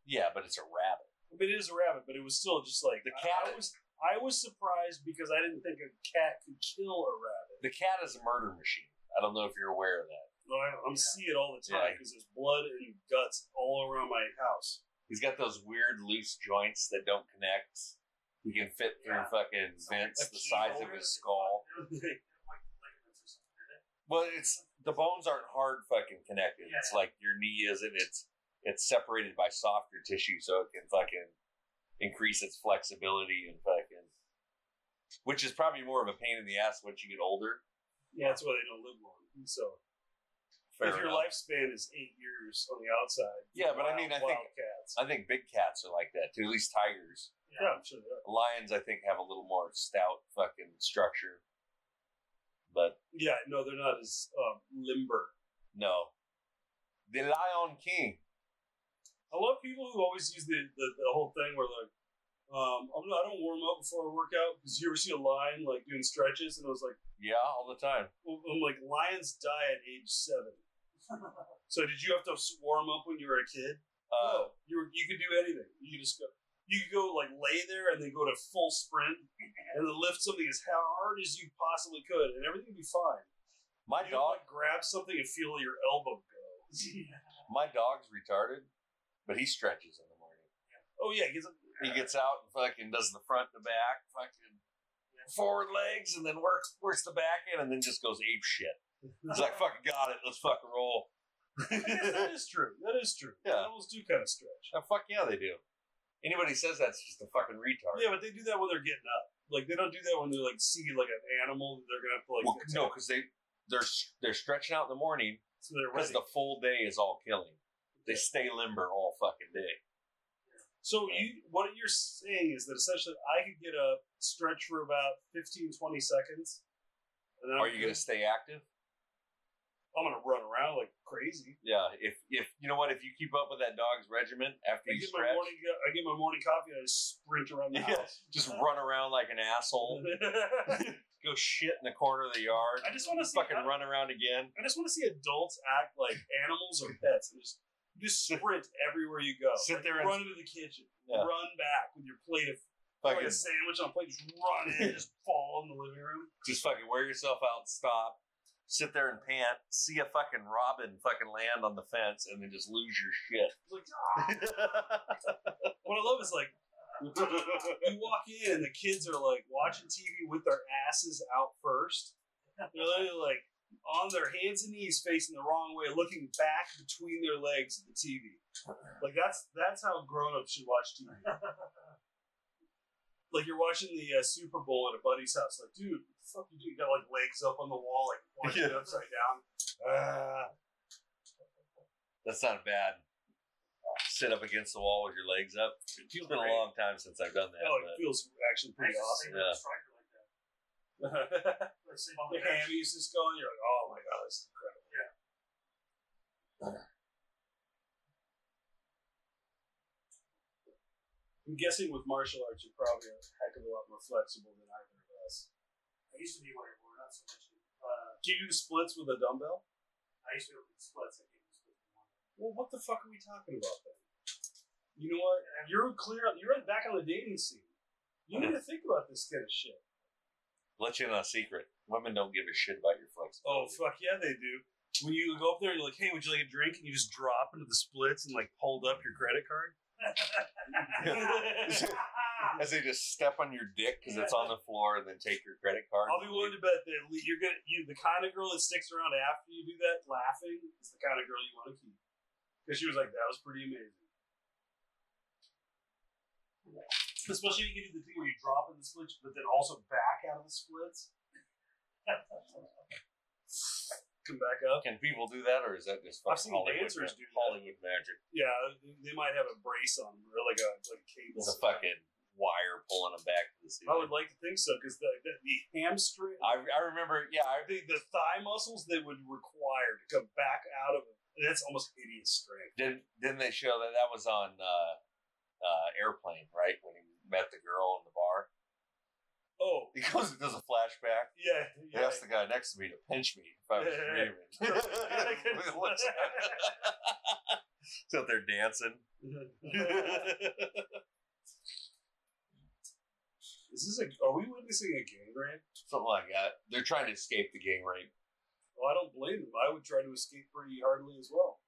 B: Yeah, but it's a rabbit.
A: I mean, it is a rabbit, but it was still just like
B: The
A: I-
B: cat
A: I, was I was surprised because I didn't think a cat could kill a rabbit.
B: The cat is a murder machine. I don't know if you're aware of that.
A: But I, I'm
C: Yeah.
A: seeing it all the time
B: Yeah.
A: because there's blood and guts all around my house.
B: He's got those weird loose joints that don't connect. He can fit through
C: Yeah.
B: fucking vents
A: like
B: the size of his skull. Well, it's the bones aren't hard fucking connected. It's
C: Yeah.
B: like your knee isn't. It's it's separated by softer tissue, so it can fucking increase its flexibility and fucking, which is probably more of a pain in the ass once you get older.
A: Yeah, that's why they don't live long. So
B: Fair
A: if your
B: enough.
A: lifespan is eight years on the outside,
B: Yeah, but I
A: wild-
B: mean, I
A: wild
B: think-
A: cats.
B: I think big cats are like that too. At least tigers,
A: yeah, I'm sure they are.
B: lions, I think have a little more stout fucking structure. But
A: Yeah, no, they're not as um, limber.
B: no, the lion king.
A: I love people who always use the, the, the whole thing where like, um, I'm not, I don't warm up before I work out because you ever see a lion like doing stretches and I was like,
B: Yeah, all the time.
A: well, I'm like lions die at age seven. so did you have to s- warm up when you were a kid? no,
B: Uh,
A: you were, you could do anything. You could just go. You could go like lay there and then go to full sprint and then lift something as hard as you possibly could and everything would be fine.
B: My
A: you
B: dog.
A: like, grab something and feel your elbow go.
B: My dog's retarded, but he stretches in the morning.
A: Oh yeah, he gets up-
B: He gets out and fucking does the front to back, fucking forward legs, and then works works the back end, and then just goes ape shit. He's like, "Fucking got it, let's fucking roll."
A: that is true. That is true.
B: Yeah.
A: Animals do kind of stretch.
B: Oh, fuck yeah, they do. Anybody says that's just a fucking retard.
A: Yeah, but they do that when they're getting up. Like they don't do that when they're like see like an animal that they're gonna have to like
B: Well,
A: attack.
B: no, because they they're s- they're stretching out in the morning
A: so they're
B: because
A: ready.
B: the full day is all killing. They stay limber all fucking day.
A: so you what you're saying is that essentially I could get up, stretch for about 15, 20 seconds, and then
B: Are
A: I'm,
B: you gonna stay active?
A: I'm gonna run around like crazy.
B: Yeah. If if you know what, if you keep up with that dog's regimen
A: I
B: after you
A: get
B: stretch,
A: my morning I get my morning coffee and I just sprint around the
B: Yeah.
A: house.
B: just run around like an asshole. go shit in the corner of the yard.
A: Mm-hmm. I just wanna see
B: fucking
A: I-
B: run around again.
A: I just want to see adults act like animals or pets and just just sprint everywhere you go.
B: Sit
A: Like,
B: there and-
A: run into the kitchen,
B: Yeah.
A: run back with your plate of like a
B: Fucking
A: sandwich on a plate, just run in, just fall in the living room.
B: just fucking wear yourself out. Stop. Sit there and pant. See a fucking robin fucking land on the fence, and then just lose your
A: It's Like ah.
B: shit.
A: what I love is like you walk in and the kids are like watching TV with their asses out first. They're literally like on their hands and knees facing the wrong way, looking back between their legs at the TV. Like that's that's how grown ups should watch TV. like you're watching the uh, Super Bowl at a buddy's house. Like, dude, what the fuck you do? You got like legs up on the wall, like watching it upside down. Ah.
B: That's not bad. Sit up against the wall with your legs up. It's been a long time since I've done that.
A: oh, it
B: but
A: feels actually pretty awesome.
B: Yeah.
A: the hammies just going. You're like, oh my god, this is incredible. I'm guessing with martial arts, you're probably a heck of a lot more flexible than either of us.
C: I used to be one more, not so much. Uh,
A: Do you do splits with a dumbbell?
C: I used to be able to do splits. I can't do splits anymore.
A: Well, what the fuck are we talking about then? You know what? You're clear. You're back on the dating scene. You
C: Uh-huh.
A: need to think about this kind of shit.
B: let you in on a secret. Women don't give a shit about your
A: Oh
B: flexibility.
A: fuck yeah, they do. When you go up there and you're like, "Hey, would you like a drink?" and you just drop into the splits and like hold up your credit card.
B: As they just step on your dick because it's on the floor, and then take your credit card.
A: I'll be willing to bet that le- you're gonna you the kind of girl that sticks around after you do that laughing is the kind of girl you want to keep. Because she was like, "That was pretty amazing." Especially if you can do the thing where you drop in the splits, but then also back out of the splits. Come back up.
B: Can people do that, or is that just
A: I've seen
B: fucking Hollywood,
A: dancers
B: ma-
A: do that.
B: Hollywood magic?
A: Yeah, they might have a brace on them or like a like a cable.
B: It's a fucking wire pulling them back to the ceiling.
A: I would like to think so because the, the the hamstring,
B: I, I remember, yeah, I,
A: the, the thigh muscles that would require to come back out of that's almost hideous strength.
B: didn't didn't they show that that was on uh, uh, airplane, right? When he met the girl in the bar,
A: Oh
B: he goes and does a flashback.
A: yeah,
B: He
A: yeah.
B: asked the guy next to me to pinch me if I was
A: Yeah.
B: dreaming. so they're dancing.
A: Is Is this a? Are we witnessing a gang rape?
B: Something like that. They're trying to escape the gang rape.
A: Well, I don't blame them. I would try to escape pretty hardly as well.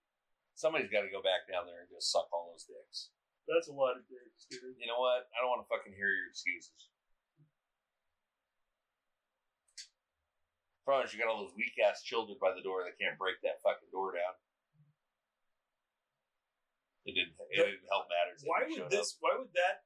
B: Somebody's got to go back down there and just suck all those dicks.
A: That's a lot of dicks, dude.
B: You know what? I don't want to fucking hear your excuses. Problem is, you got all those weak ass children by the door that can't break that fucking door down. It didn't. It
A: But-
B: didn't help matters. that
A: Why
B: you
A: would
B: showed up.
A: this? Why would that?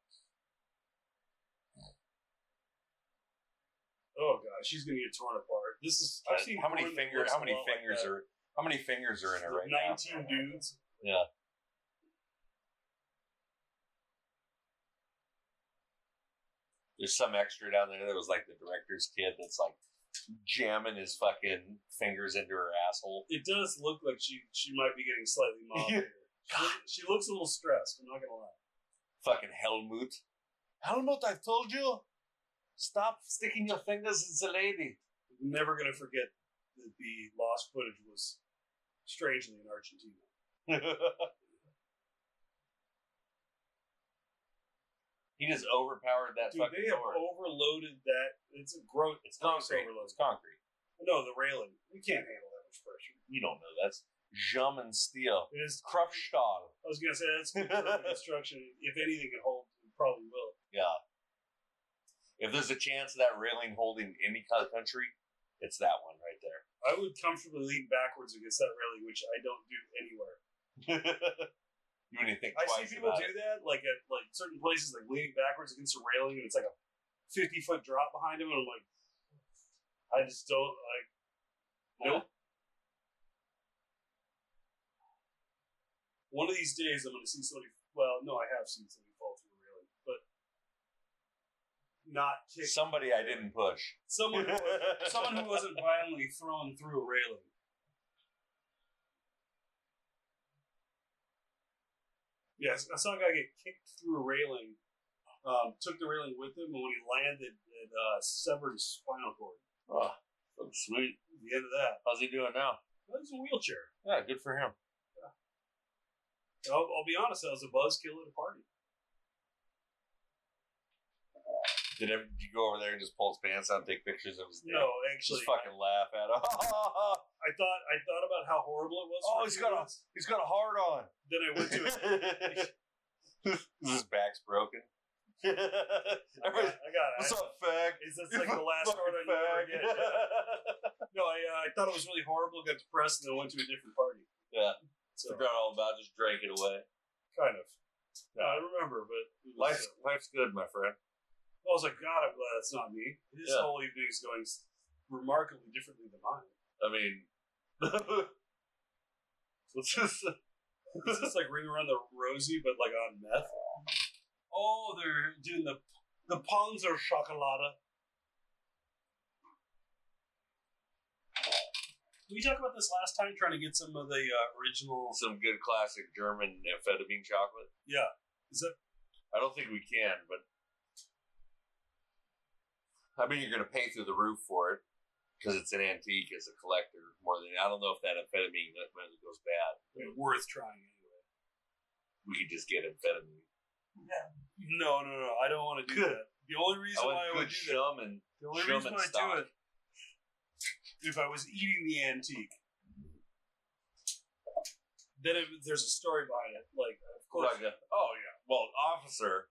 A: Oh god, she's gonna get torn apart. This is. I've seen
B: Uh, how many
A: porn that
B: fingers?
A: looks
B: How
A: a
B: many
A: lot like
B: fingers
A: that.
B: are? How many fingers are in it right now?
A: Nineteen dudes.
B: Yeah. There's some extra down there that was like the director's kid that's like jamming his fucking fingers into her asshole.
A: It does look like she she might be getting slightly mobbed.
B: Yeah.
A: here. She, look- she looks a little stressed. I'm not gonna lie.
B: Fucking Helmut. Helmut, I've told you, stop sticking your fingers in the lady.
A: Never gonna forget that the lost footage was strangely in Argentina.
B: he just overpowered that
A: Dude,
B: fucking
A: they have
B: door.
A: overloaded that. It's a gross.
B: it's concrete.
A: overload.
B: It's concrete.
A: No, the railing. We can't handle that much pressure.
B: You don't know that's Jum and Steel.
A: It is
B: Krupstahl.
A: I was gonna say that's conservative construction. If anything can hold, it probably will.
B: Yeah. If there's a chance of that railing holding any co- country, it's that one right there.
A: I would comfortably lean backwards against that railing, which I don't do anywhere.
B: You wouldn't even think
A: I
B: twice
A: see people
B: about
A: do
B: it.
A: that, like at like certain places, like leaning backwards against a railing, and it's like a fifty foot drop behind them, and I'm like, I just don't like. Nope. One of these days, I'm going to see somebody. Well, no, I have seen somebody fall through a railing, but not kick
B: Somebody I didn't push.
A: someone. Who, someone who wasn't violently thrown through a railing. Yes, I saw a guy get kicked through a railing, um, took the railing with him, and when he landed, it uh, severed his spinal cord.
B: oh, looks sweet.
A: The end of that.
B: How's he doing now?
A: That was a wheelchair.
B: Yeah, good for him.
A: I'll, I'll be honest, that was a buzzkill at a party.
B: Did, ever, did you go over there and just pull his pants out and take pictures of his dick?
A: No,
B: Just
A: actually,
B: fucking laugh at him.
A: I thought I thought about how horrible it was.
B: Oh,
A: for
B: he's
A: me
B: got a-
A: once.
B: He's got a hard on.
A: Then I went to a,
B: his back's broken.
A: I got,
B: Everybody's,
A: I got it.
B: What's
A: I-
B: up, fag?
A: Is this like the last card I never get? Yeah. No, I, uh, I thought it was really horrible, got depressed, and then went to a different party.
B: Yeah.
A: So,
B: Forgot all about. Just drank it away.
A: kind of. No, I remember, but it was, uh,
B: Life's life's good, my friend.
A: I was like, God, I'm glad it's not me. This
B: Yeah.
A: whole evening is going s- remarkably differently than mine.
B: I mean, what's this?
A: Is this like Ring Around the Rosie, but like on meth? Oh, they're doing the the Panzer Chocolata. Did we talk about this last time, trying to get some of the uh, original?
B: Some good classic German amphetamine chocolate.
A: Yeah. Is that
B: I don't think we can, but I mean, you're going to pay through the roof for it because it's an antique as a collector. More than I don't know if that amphetamine that really goes bad.
A: worth trying anyway?
B: We could just get amphetamine.
A: No, no, no. I don't want to do that. The only reason
B: I
A: why I
B: want
A: would do
B: good
A: that,
B: shum and
A: the only
B: German
A: reason why I
B: stock.
A: do it, if I was eating the antique, then if there's a story behind it. Like, of course,
B: Like a- oh yeah. Well, officer,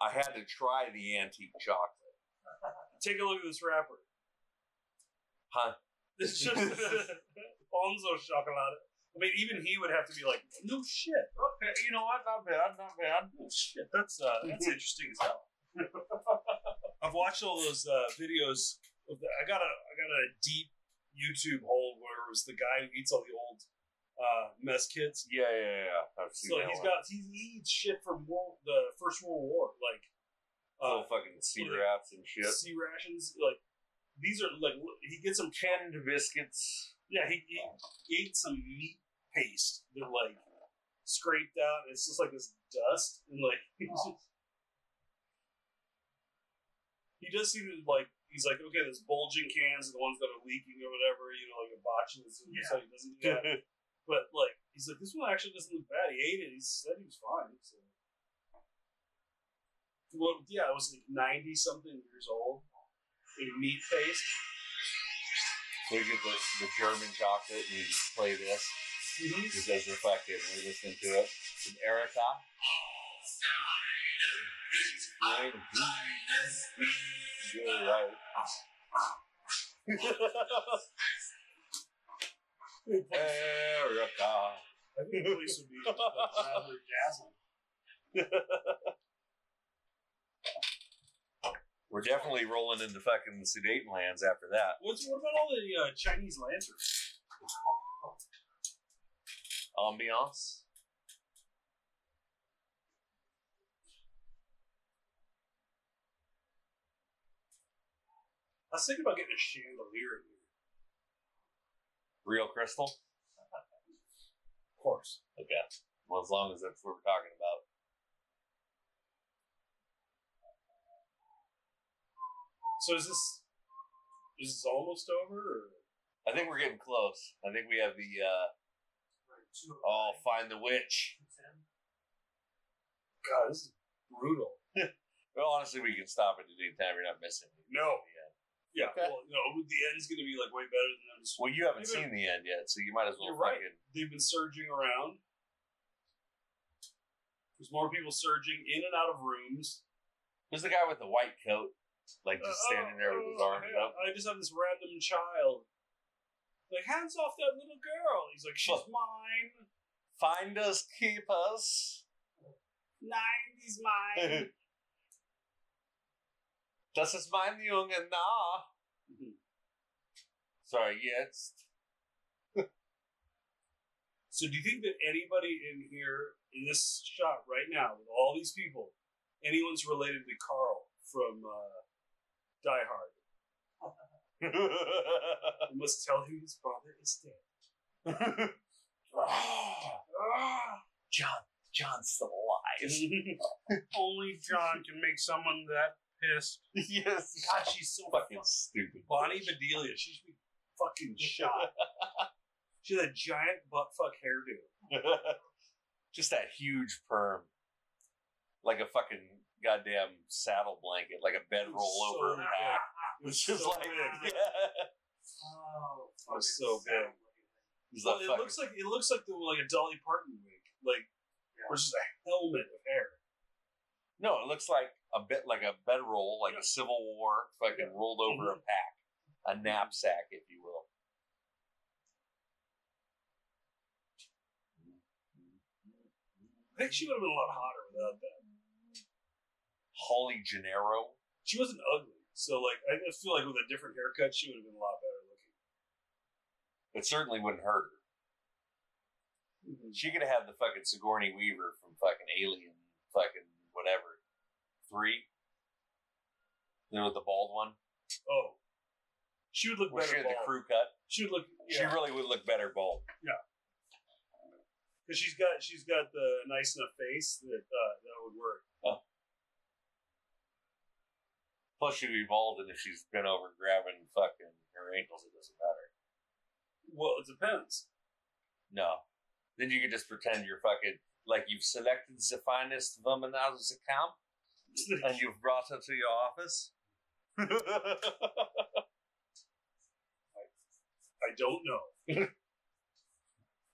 B: I had to try the antique chocolate.
A: take a look at this wrapper.
B: Huh?
A: It's just Bonzo chocolate. I mean, even he would have to be like, no shit.
B: Okay, you know what? Not bad. Not bad.
A: Oh shit, that's uh, that's
B: Mm-hmm.
A: interesting as hell. I've watched all those uh, videos. Of the, I got a I got a deep YouTube hole where it was the guy who eats all the old uh, mess kits.
B: Yeah, yeah, yeah. I've seen
A: So
B: that
A: he's
B: one.
A: got he eats shit from world, the First World War, like uh,
B: little fucking sea
A: what are they-
B: rats and shit.
A: sea rations. Like these are like he gets some
B: Canned biscuits.
A: yeah he, he ate some meat paste. They're like scraped out. And it's just like this dust and like he's just- he does seem to like he's like okay, there's bulging cans are the ones that are leaking or whatever, you know, like a botulism.
C: Yeah.
A: So he doesn't do that. but like he's like this one actually doesn't look bad. He ate it. He said he was fine. So. well, yeah, it was like ninety something years old. In meat paste.
B: So you get the, the German chocolate and you just play this. This is reflective. We're listening to it. From Erica. You're right. Erica.
A: I think the police would be like, rather dazzled.
B: We're definitely rolling into fucking Sudetenlands after that.
A: What's what about all the uh, Chinese lanterns?
B: Ambiance.
A: I was thinking about getting a chandelier in here.
B: Real crystal.
A: Of course.
B: Okay. Well, as long as that's what we're talking about.
A: So is this is this almost over or
B: I think we're getting close. I think we have the, uh,
C: Right, two of
B: oh,
C: nine,
B: find the witch.
C: two ten.
A: God, this is brutal.
B: Well, honestly, we can stop it at any time. You're not missing.
A: No.
B: Yeah.
A: Yeah,
B: Okay.
A: well no, the end's gonna be like way better than I'm just
B: Well, you haven't
A: Maybe-
B: seen the end yet, so you might as well
A: You're right.
B: fucking.
A: they've been surging around. There's more people surging in and out of rooms.
B: Who's the guy with the white coat? Like just standing there with his
A: Uh,
B: arms
A: I,
B: up.
A: I just have this random child. Like, hands off that little girl. He's like, she's
B: Huh.
A: mine.
B: Find us, keep us.
A: Ninety's mine.
B: Das ist mein Junge, nah.
A: Mhm.
B: Sorry, jetzt.
A: so, do you think that anybody in here, in this shot right now, with all these people, anyone's related to Carl from uh, Die Hard? I must tell him his father is dead. Ah!
B: John, John's still alive.
A: Only John can make someone that pissed.
B: yes.
A: God, she's so
B: Fucking stupid.
A: Bonnie Bedelia. She should be fucking shot. she had a giant butt fuck hairdo.
B: Just that huge perm. Like a fucking goddamn saddle blanket, like a
A: It
B: bedroll
A: was so
B: over her
A: big.
B: back.
A: It
B: It's
A: was
B: just
A: so
B: like,
A: big.
B: yeah.
C: Oh,
A: Oh,
C: fucking
A: so
C: sad.
B: It's
A: Well,
B: like
A: it
B: fucking-
A: looks like it looks like the like a Dolly Parton wig, like
C: Yeah.
A: or just a helmet of hair.
B: no, it looks like a bit like a bedroll, like
A: Yeah.
B: a Civil War
A: Yeah.
B: fucking
A: Mm-hmm.
B: rolled over a pack, a knapsack, if you will.
A: I think she would have been a lot hotter without that.
B: Holly Gennaro.
A: She wasn't ugly, so like I I feel like with a different haircut, she would have been a lot better looking.
B: It certainly wouldn't hurt her.
A: Mm-hmm.
B: She could have had the fucking Sigourney Weaver from fucking Alien, fucking whatever, three. You know, the bald one.
A: Oh, she would look
B: Where she
A: better.
B: had the
A: bald.
B: crew cut.
A: She would look.
B: She
A: Yeah,
B: really would look better bald.
A: because she's got she's got the nice enough face that uh, that would work.
B: Plus, she'd be bald, and if she's been over grabbing fucking her ankles, it doesn't matter.
A: Well, it depends.
B: No. Then you could just pretend you're fucking like you've selected the finest woman out of the camp, and you've brought her to your office.
A: I don't know.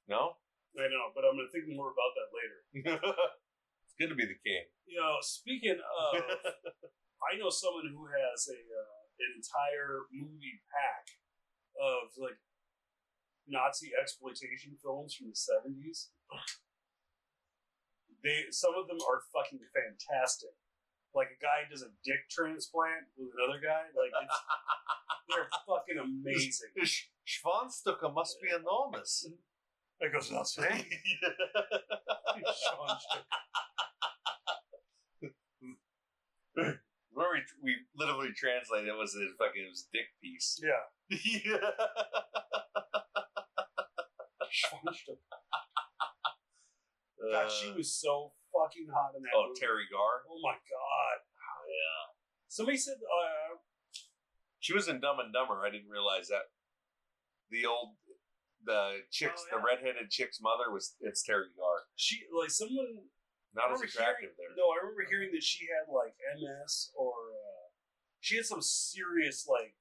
B: No,
A: I know, but I'm gonna think more about that later.
B: it's good to be the king.
A: You know, speaking of, I know someone who has a uh, an entire movie pack of like Nazi exploitation films from the '70s. They some of them are fucking fantastic. Like a guy does a dick transplant with another guy. Like it's, they're fucking amazing.
B: Schwanstucker must be enormous.
A: That goes without saying. Sean
B: Remember, we, we literally translated it was a fucking it was dick piece.
A: Yeah.
B: yeah.
A: God, she was so fucking hot in that.
B: oh,
A: movie.
B: Terry Gar.
A: Oh my god.
B: Yeah.
A: Somebody said uh,
B: She was in Dumb and Dumber. I didn't realize that. The old, the chicks,
C: Oh, yeah.
B: the redheaded chick's mother was it's Terry Gar.
A: Oh, she like someone
B: Not
A: I
B: as
A: remember
B: attractive there.
A: hearing- No, I remember hearing that she had like MS or uh, she had some serious like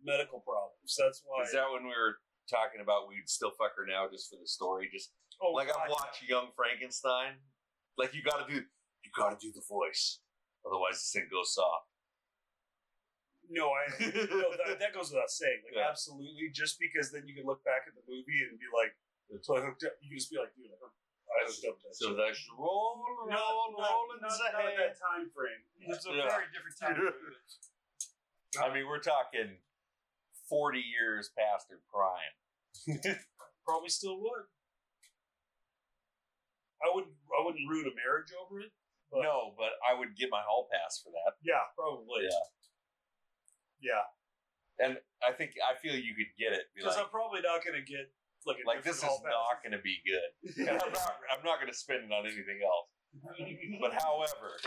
A: medical problems. That's why.
B: Is that when we were talking about we'd still fuck her now just for the story? Just
A: oh,
B: like
A: God,
B: I'm watching Young Frankenstein. Like you gotta do you gotta do the voice. Otherwise this thing goes soft.
A: No, I no, that, that goes without saying. Like
B: Yeah.
A: absolutely, just because then you can look back at the movie and be like, "So I hooked up." You can just be like, "Dude, I hooked- I hooked up." to That
B: So
A: shit."
B: that's roll, roll,
A: not,
B: roll,
A: not, not, not at that time frame. It's a
B: Yeah.
A: very different time frame.
B: I mean, we're talking 40 years past her prime.
A: Probably still would. I wouldn't. I wouldn't ruin a marriage over it. But-
B: No, but I would get my hall pass for that.
A: Yeah, probably.
B: Yeah.
A: Yeah,
B: And I think, I feel you could get it. Be
A: because
B: like,
A: I'm probably not going to get like a
B: like, this is not going to be good. And I'm not, I'm not going to spend it on anything else. But however,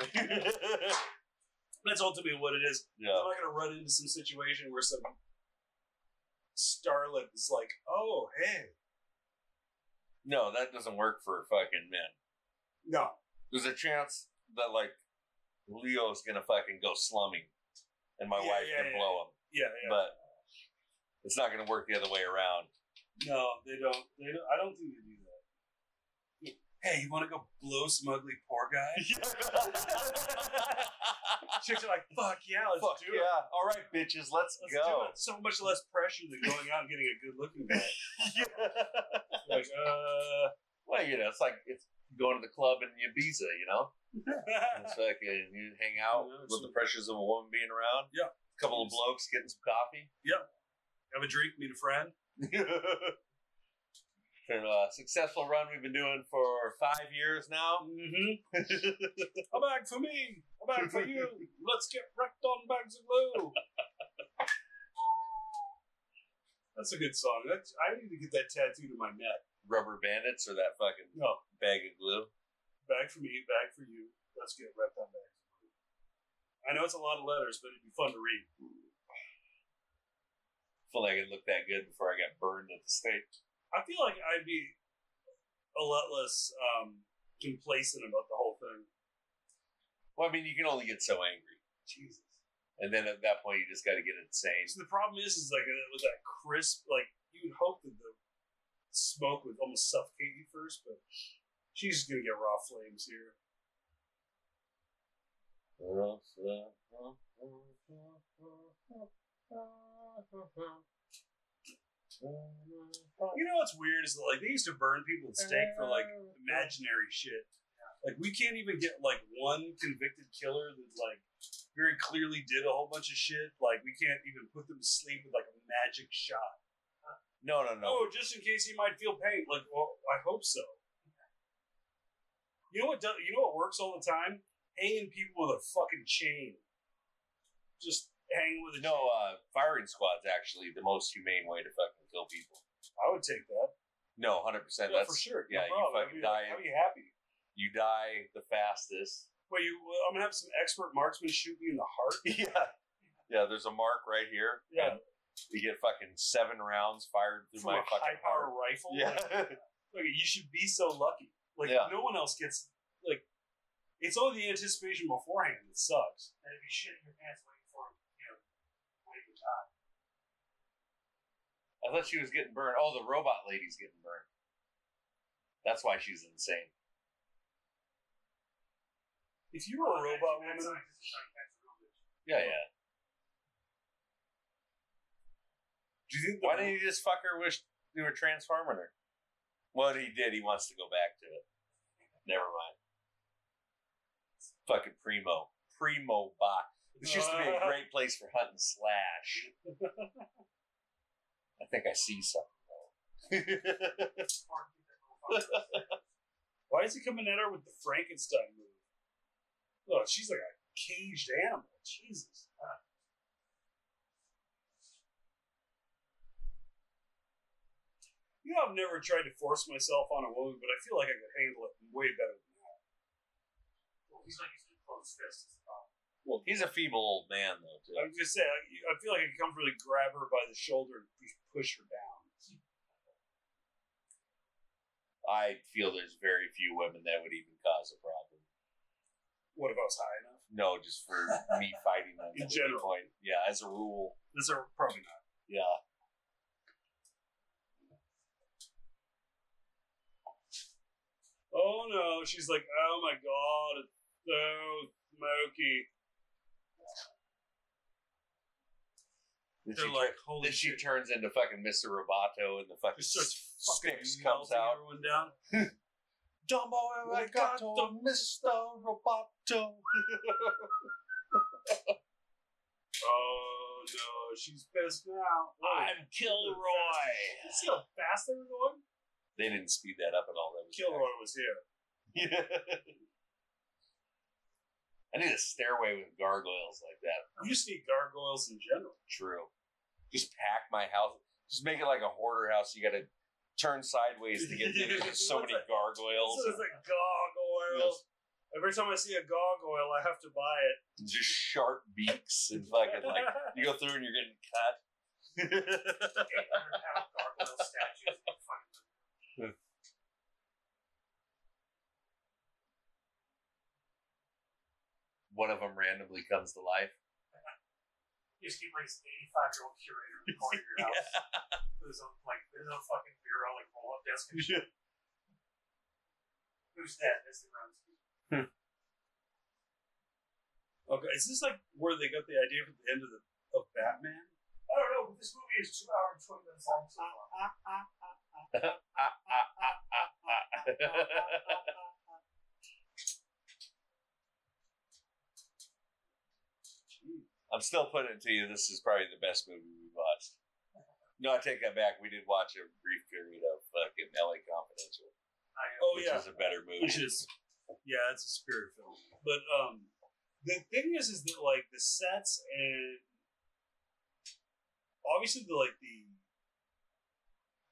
A: That's ultimately what it is.
B: yeah.
A: I'm not going to run into some situation where some starlet is like, "Oh, hey,
B: no, that doesn't work for fucking men.
A: no,
B: There's a chance that, like, Leo's going to fucking go slumming and my
A: Yeah,
B: wife
A: yeah,
B: can
A: yeah.
B: blow him.
A: yeah, yeah,
B: But it's not going to work the other way around.
A: no, they don't. They don't. I don't think they do that." Hey, you want to go blow some ugly poor guy? Chicks are like, "Fuck yeah, let's
B: Fuck
A: do it."
B: yeah. All right, bitches, let's,
A: Let's do
B: go.
A: it. So much less pressure than going out and getting a good looking guy. Like, uh,
B: Well, you know, it's like it's going to the club in Ibiza, you know?
A: uh.
B: It's like uh, you hang out
A: Yeah,
B: with the pressures of a woman being around.
A: Yeah.
B: A couple of blokes getting some coffee.
A: have a drink, meet a friend.
B: Been a successful run we've been doing for five years now.
A: Mm-hmm. a bag for me, a bag for you. Let's get wrecked on bags of glue. That's a good song. That's, I need to get that tattooed to my neck.
B: Rubber bandits or that fucking
A: No,
B: bag of glue.
A: bag for me, bag for you. Let's get wrecked on bags of glue. I know it's a lot of letters, but it'd be fun to read.
B: feel like it looked that good before I got burned at the stake.
A: I feel like I'd be a lot less um, complacent about the whole thing.
B: Well, I mean, you can only get so angry.
A: Jesus.
B: And then at that point, you just got to get insane.
A: So the problem is, is like uh, with that crisp, like you would hope that the smoke would almost suffocate you first, but she's just gonna get raw flames here. You know what's weird is that, like they used to burn people at stake for like
B: Uh.
A: imaginary shit. Like we can't even get like one convicted killer that like very clearly did a whole bunch of shit. Like we can't even put them to sleep with like a magic shot.
B: No, no, no.
A: Oh, just in case he might feel pain. Like, well, I hope so. You know what? do- You know what works all the time? Hanging people with a fucking chain. Just hanging with a
B: No, uh, firing squad's actually the most humane way to fucking kill people.
A: I would take that.
B: No, 100%.
A: yeah,
B: that's,
A: for sure.
B: yeah, you
A: problem.
B: fucking
A: I'd be like,
B: die.
A: I'd be happy.
B: You die the fastest.
A: Well, you. well, I'm gonna have some expert marksman shoot me in the heart.
B: yeah. Yeah, there's a mark right here.
A: Yeah.
B: You get fucking seven rounds fired through
A: From a
B: my fucking
A: high power rifle.
B: heart.
A: Like,
B: Yeah.
A: like, you should be so lucky. Like
B: Yeah.
A: no one else gets. Like it's only the anticipation beforehand that sucks.
C: And if you shit in your pants waiting for him, you know, waiting to die.
B: I thought she was getting burned. Oh, the robot lady's getting burned. That's why she's insane.
A: If you were a robot woman,
B: Yeah, yeah.
A: do you think the
B: Why didn't he just fuck her? Wish they were transforming her. What he did, he wants to go back to it. Never mind. Fucking primo, primo bot. This used to be a great place for hunting slash. I think I see something though.
A: Why is he coming at her with the Frankenstein move? Look, she's like a caged animal. Jesus. You know, I've never tried to force myself on a woman, but I feel like I could handle it way better than that.
C: Well, he's not used to closed fists. It's a problem.
B: well, he's a feeble old man though, too.
A: I'm just saying, I, I feel like I could comfortably grab her by the shoulder and push, push her down.
B: I feel there's very few women that would even cause a problem.
A: What if I was high enough?
B: No, just for me fighting them
A: In
B: at any
A: general.
B: Point. Yeah, as a rule.
A: These are probably not.
B: Yeah.
A: Oh no, she's like, oh my god, it's so smoky.
B: Then
A: They're
B: she,
A: like,
B: tur-
A: holy
B: then she
A: shit.
B: turns into fucking Mr. Roboto, and the fucking
A: Just starts fucking
B: sticks comes
A: melting
B: out.
A: everyone down.
B: Dumbo
A: We got the
B: Mr. Roboto.
A: Oh no, she's pissed now.
B: I'm Kilroy.
A: You see how fast they were going?
B: They didn't speed that up at all. That was
A: Kilroy was here.
B: I need a stairway with gargoyles like that.
A: You just need gargoyles in general.
B: True. Just pack my house. Just make it like a hoarder house. You got to turn sideways to get there. There's so many gargoyles.
A: This is a gargoyle. Every time I see a gargoyle, I have to buy it.
B: and just sharp beaks and fucking like you go through and you're getting cut.
C: Eight hundred pound gargoyle statues. Fucking
B: One of them randomly comes to life.
C: You just keep like this 85 year old curator in the corner of your house with his own like with his own fucking bureau, like roll up desk and shit. Who's that? That's the ground
A: Hmm. Okay, is this like where they got the idea for the end of the of Batman?
C: I don't know, but this movie is two hours and twenty minutes long so far.
B: Ah, ah. I'm still putting it to you. This is probably the best movie we've watched. No, I take that back. We did watch a brief period of fucking LA Confidential,
C: I am
A: Oh
B: which
A: yeah,
B: is a better movie.
A: which is yeah, it's a spirit film. But um, the thing is, is that like the sets and obviously the like the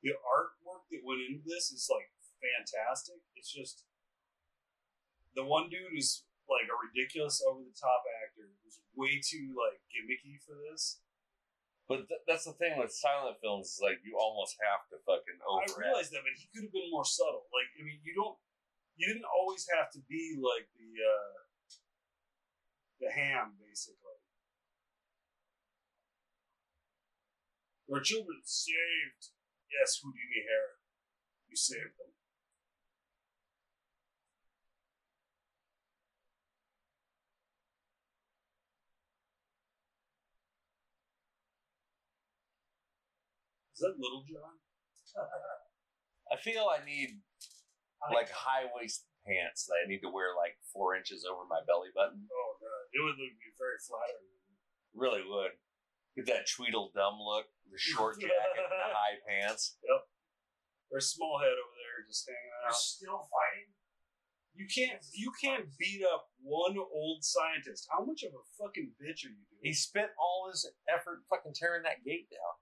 A: the artwork that went into this is like fantastic. It's just the one dude who's like a ridiculous over the top actor who's way too like gimmicky for this.
B: But th- that's the thing with silent films is like you almost have to fucking
A: I
B: over
A: realize that, but he could have been more subtle. Like, I mean, you don't, you didn't always have to be like the, uh, the ham, basically. Your children saved. Yes, Houdini Hair. You saved them. Is that Little John?
B: I feel I need like high waisted pants that I need to wear like four inches over my belly button.
A: Oh god, it would look- be very flattering.
B: Really would. Get that Tweedledum look, the short jacket, and the high pants.
A: There's small head over there just hanging
C: They're
A: out.
C: still fighting.
A: You can't you can't beat up one old scientist. How much of a fucking bitch are you doing?
B: He spent all his effort fucking tearing that gate down.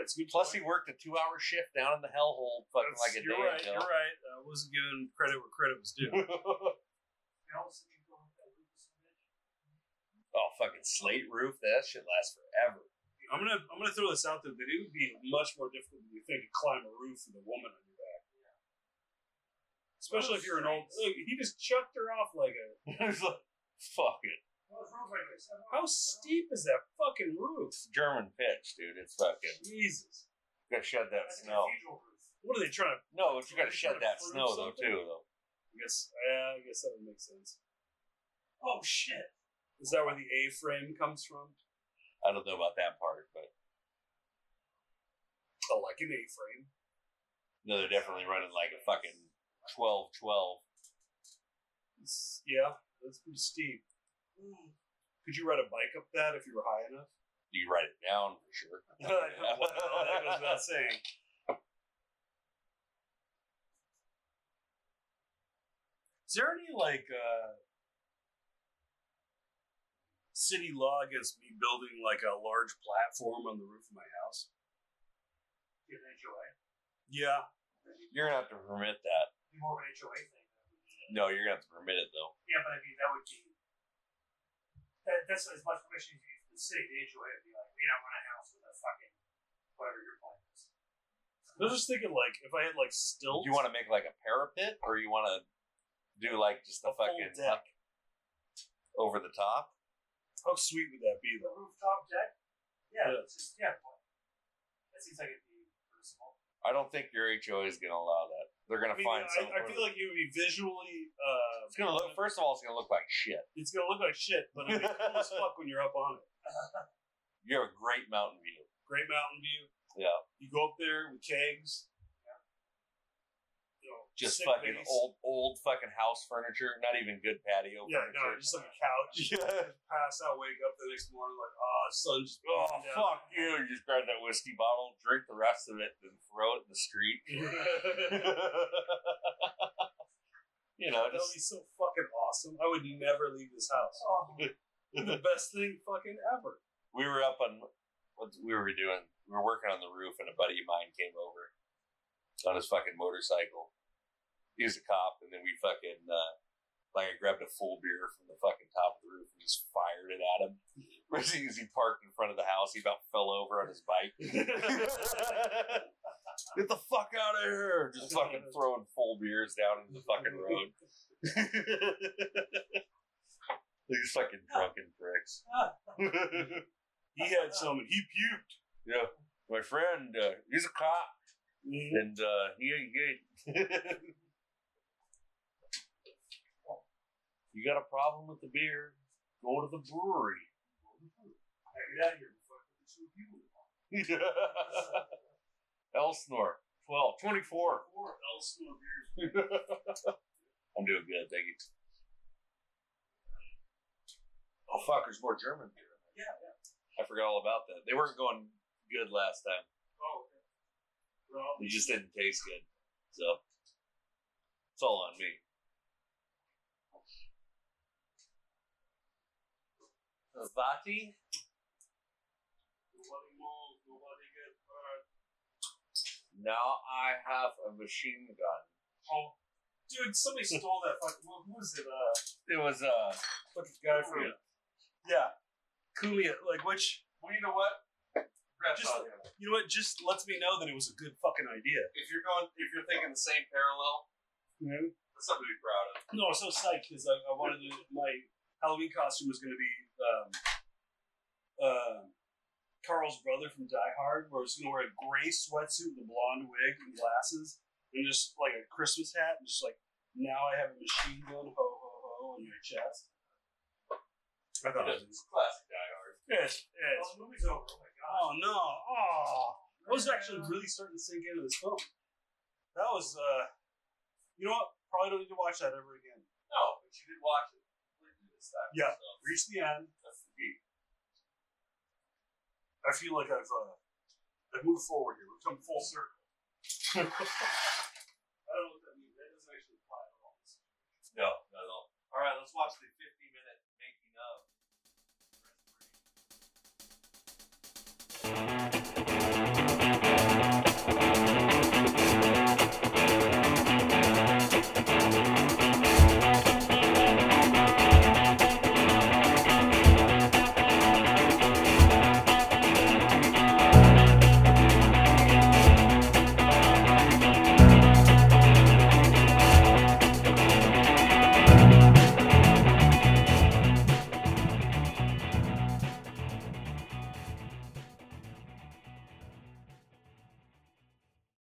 A: That's a good.
B: Plus, he
A: point.
B: worked a two hour shift down in the hellhole fucking
A: That's-
B: like a
A: you're
B: day
A: right.
B: ago.
A: You're right. I wasn't giving credit where credit was due.
C: They all seem to go with that Lucas image.
B: Oh, fucking slate roof. That shit lasts forever.
A: I'm gonna I'm gonna throw this out there that it would be much more difficult than you think to climb a roof with a woman on your back. Especially if you're an old. Look, he just chucked her off like a.
B: It's like, fuck it.
C: Well, it's roof like this. I don't know.
A: How steep is that fucking roof?
B: It's German pitch, dude. It's fucking.
A: Jesus.
B: Gotta shed that
C: That's a
B: snow.
C: cathedral roof.
A: What are they trying to?
B: No, but you gotta shed that
A: Prove
B: snow, though,
A: something?
B: too, though.
A: I guess. Yeah, I guess that would make sense.
C: Oh shit.
A: Is that where the A frame comes from?
B: I don't know about that part, but
A: Oh, like an A frame.
B: no, they're definitely running like a fucking 12 12.
A: Yeah, that's pretty steep.
C: Ooh.
A: Could you ride a bike up that if you were high enough?
B: You write it down for sure.
A: well, that goes without saying. Is there any like uh, city law against me building like a large platform on the roof of my house?
C: Get an HOA.
A: Yeah,
B: You're gonna have to permit that.
C: Be more of an HOA thing.
B: No, you're gonna have to permit it though.
C: Yeah, but I mean that would be that, that's as much permission as you need from the city. The HOA would be like, we don't want a house with a fucking whatever your plan is.
A: I was just thinking like if I had like stilts.
B: You want to make like a parapet, or you want to do like just
A: A
B: a,
A: full
B: fucking
A: deck.
B: over the top.
A: How sweet would that be,
C: The
A: though?
C: rooftop deck? Yeah,
A: Yeah.
C: it's just, yeah. boy. That seems like it'd be personal.
B: I don't think your HOA is going to allow that. They're going
A: I
B: to
A: mean, I,
B: find something.
A: I feel like it would be visually. Uh,
B: it's going to look. First of all, it's going to look like shit.
A: It's gonna look like shit, but it'd be cool as fuck when you're up on it.
B: You have a great mountain view.
A: Great mountain view.
B: Yeah,
A: You go up there with kegs. You know,
B: just
A: sick
B: fucking
A: bass.
B: old, old fucking house furniture. Not even good patio
A: Yeah, no,
B: furniture.
A: just like a couch.
B: yeah.
A: Pass out, wake up the next morning like, oh, sun just
B: Oh
A: beating down."
B: fuck you! Just grab that whiskey bottle, drink the rest of it, and throw it in the street. you know,
A: that would
B: just
A: be so fucking awesome. I would never leave this house.
C: Oh,
A: the best thing fucking ever.
B: we were up on what we were doing. We were working on the roof, and a buddy of mine came over on his fucking motorcycle. He was a cop, and then we fucking uh, like I grabbed a full beer from the fucking top of the roof and just fired it at him. As he, as he parked in front of the house, he about fell over on his bike. Get the fuck out of here! Just fucking throwing full beers down into the fucking road. These fucking drunken pricks.
A: He had some and he puked.
B: Yeah, my friend, uh, he's a cop,
A: Mm-hmm.
B: and uh, he, he you got a problem with the beer? Go to the brewery.
C: I get out of here before I put the two of you in the box.
B: Elsinore, 12, 24.
C: Four Elsinore beers.
B: I'm doing good, thank you. Oh fuck, there's more German beer.
C: Yeah, yeah.
B: I forgot all about that. They weren't going good last time.
C: Oh, okay. Well,
B: It just didn't taste good. So it's all on me. Vati?
C: nobody move, nobody get
A: uh,
C: hurt.
B: Now I have a machine gun.
C: Oh, dude, somebody stole that fucking. Well, who was it? Uh,
B: It was uh
C: fucking guy from.
A: Yeah. Kumia, like which
C: Well, you know what? Rest
A: Just-
C: on him.
A: you know what just lets me know that it was a good fucking idea.
B: if you're going if you're thinking the same parallel, that's something to be proud of.
A: No, I was so psyched because I, I wanted to my Halloween costume was gonna be um uh, Carl's brother from Die Hard, where I was gonna wear a gray sweatsuit with a blonde wig and glasses and just like a Christmas hat and just like now I have a machine gun ho ho ho on my chest. I thought it was
B: It's classic Die Hard.
A: Yes, yes.
C: Oh, the movie's over. Oh my god.
A: Oh no! Oh, I was actually really starting to sink into this film. That was, uh, you know what? Probably don't need to watch that ever again.
B: No, but you did watch it completely this time.
A: Yeah.
B: So
A: Reach the end.
B: that's the key.
A: I feel like I've uh, I've moved forward here. We've come full circle.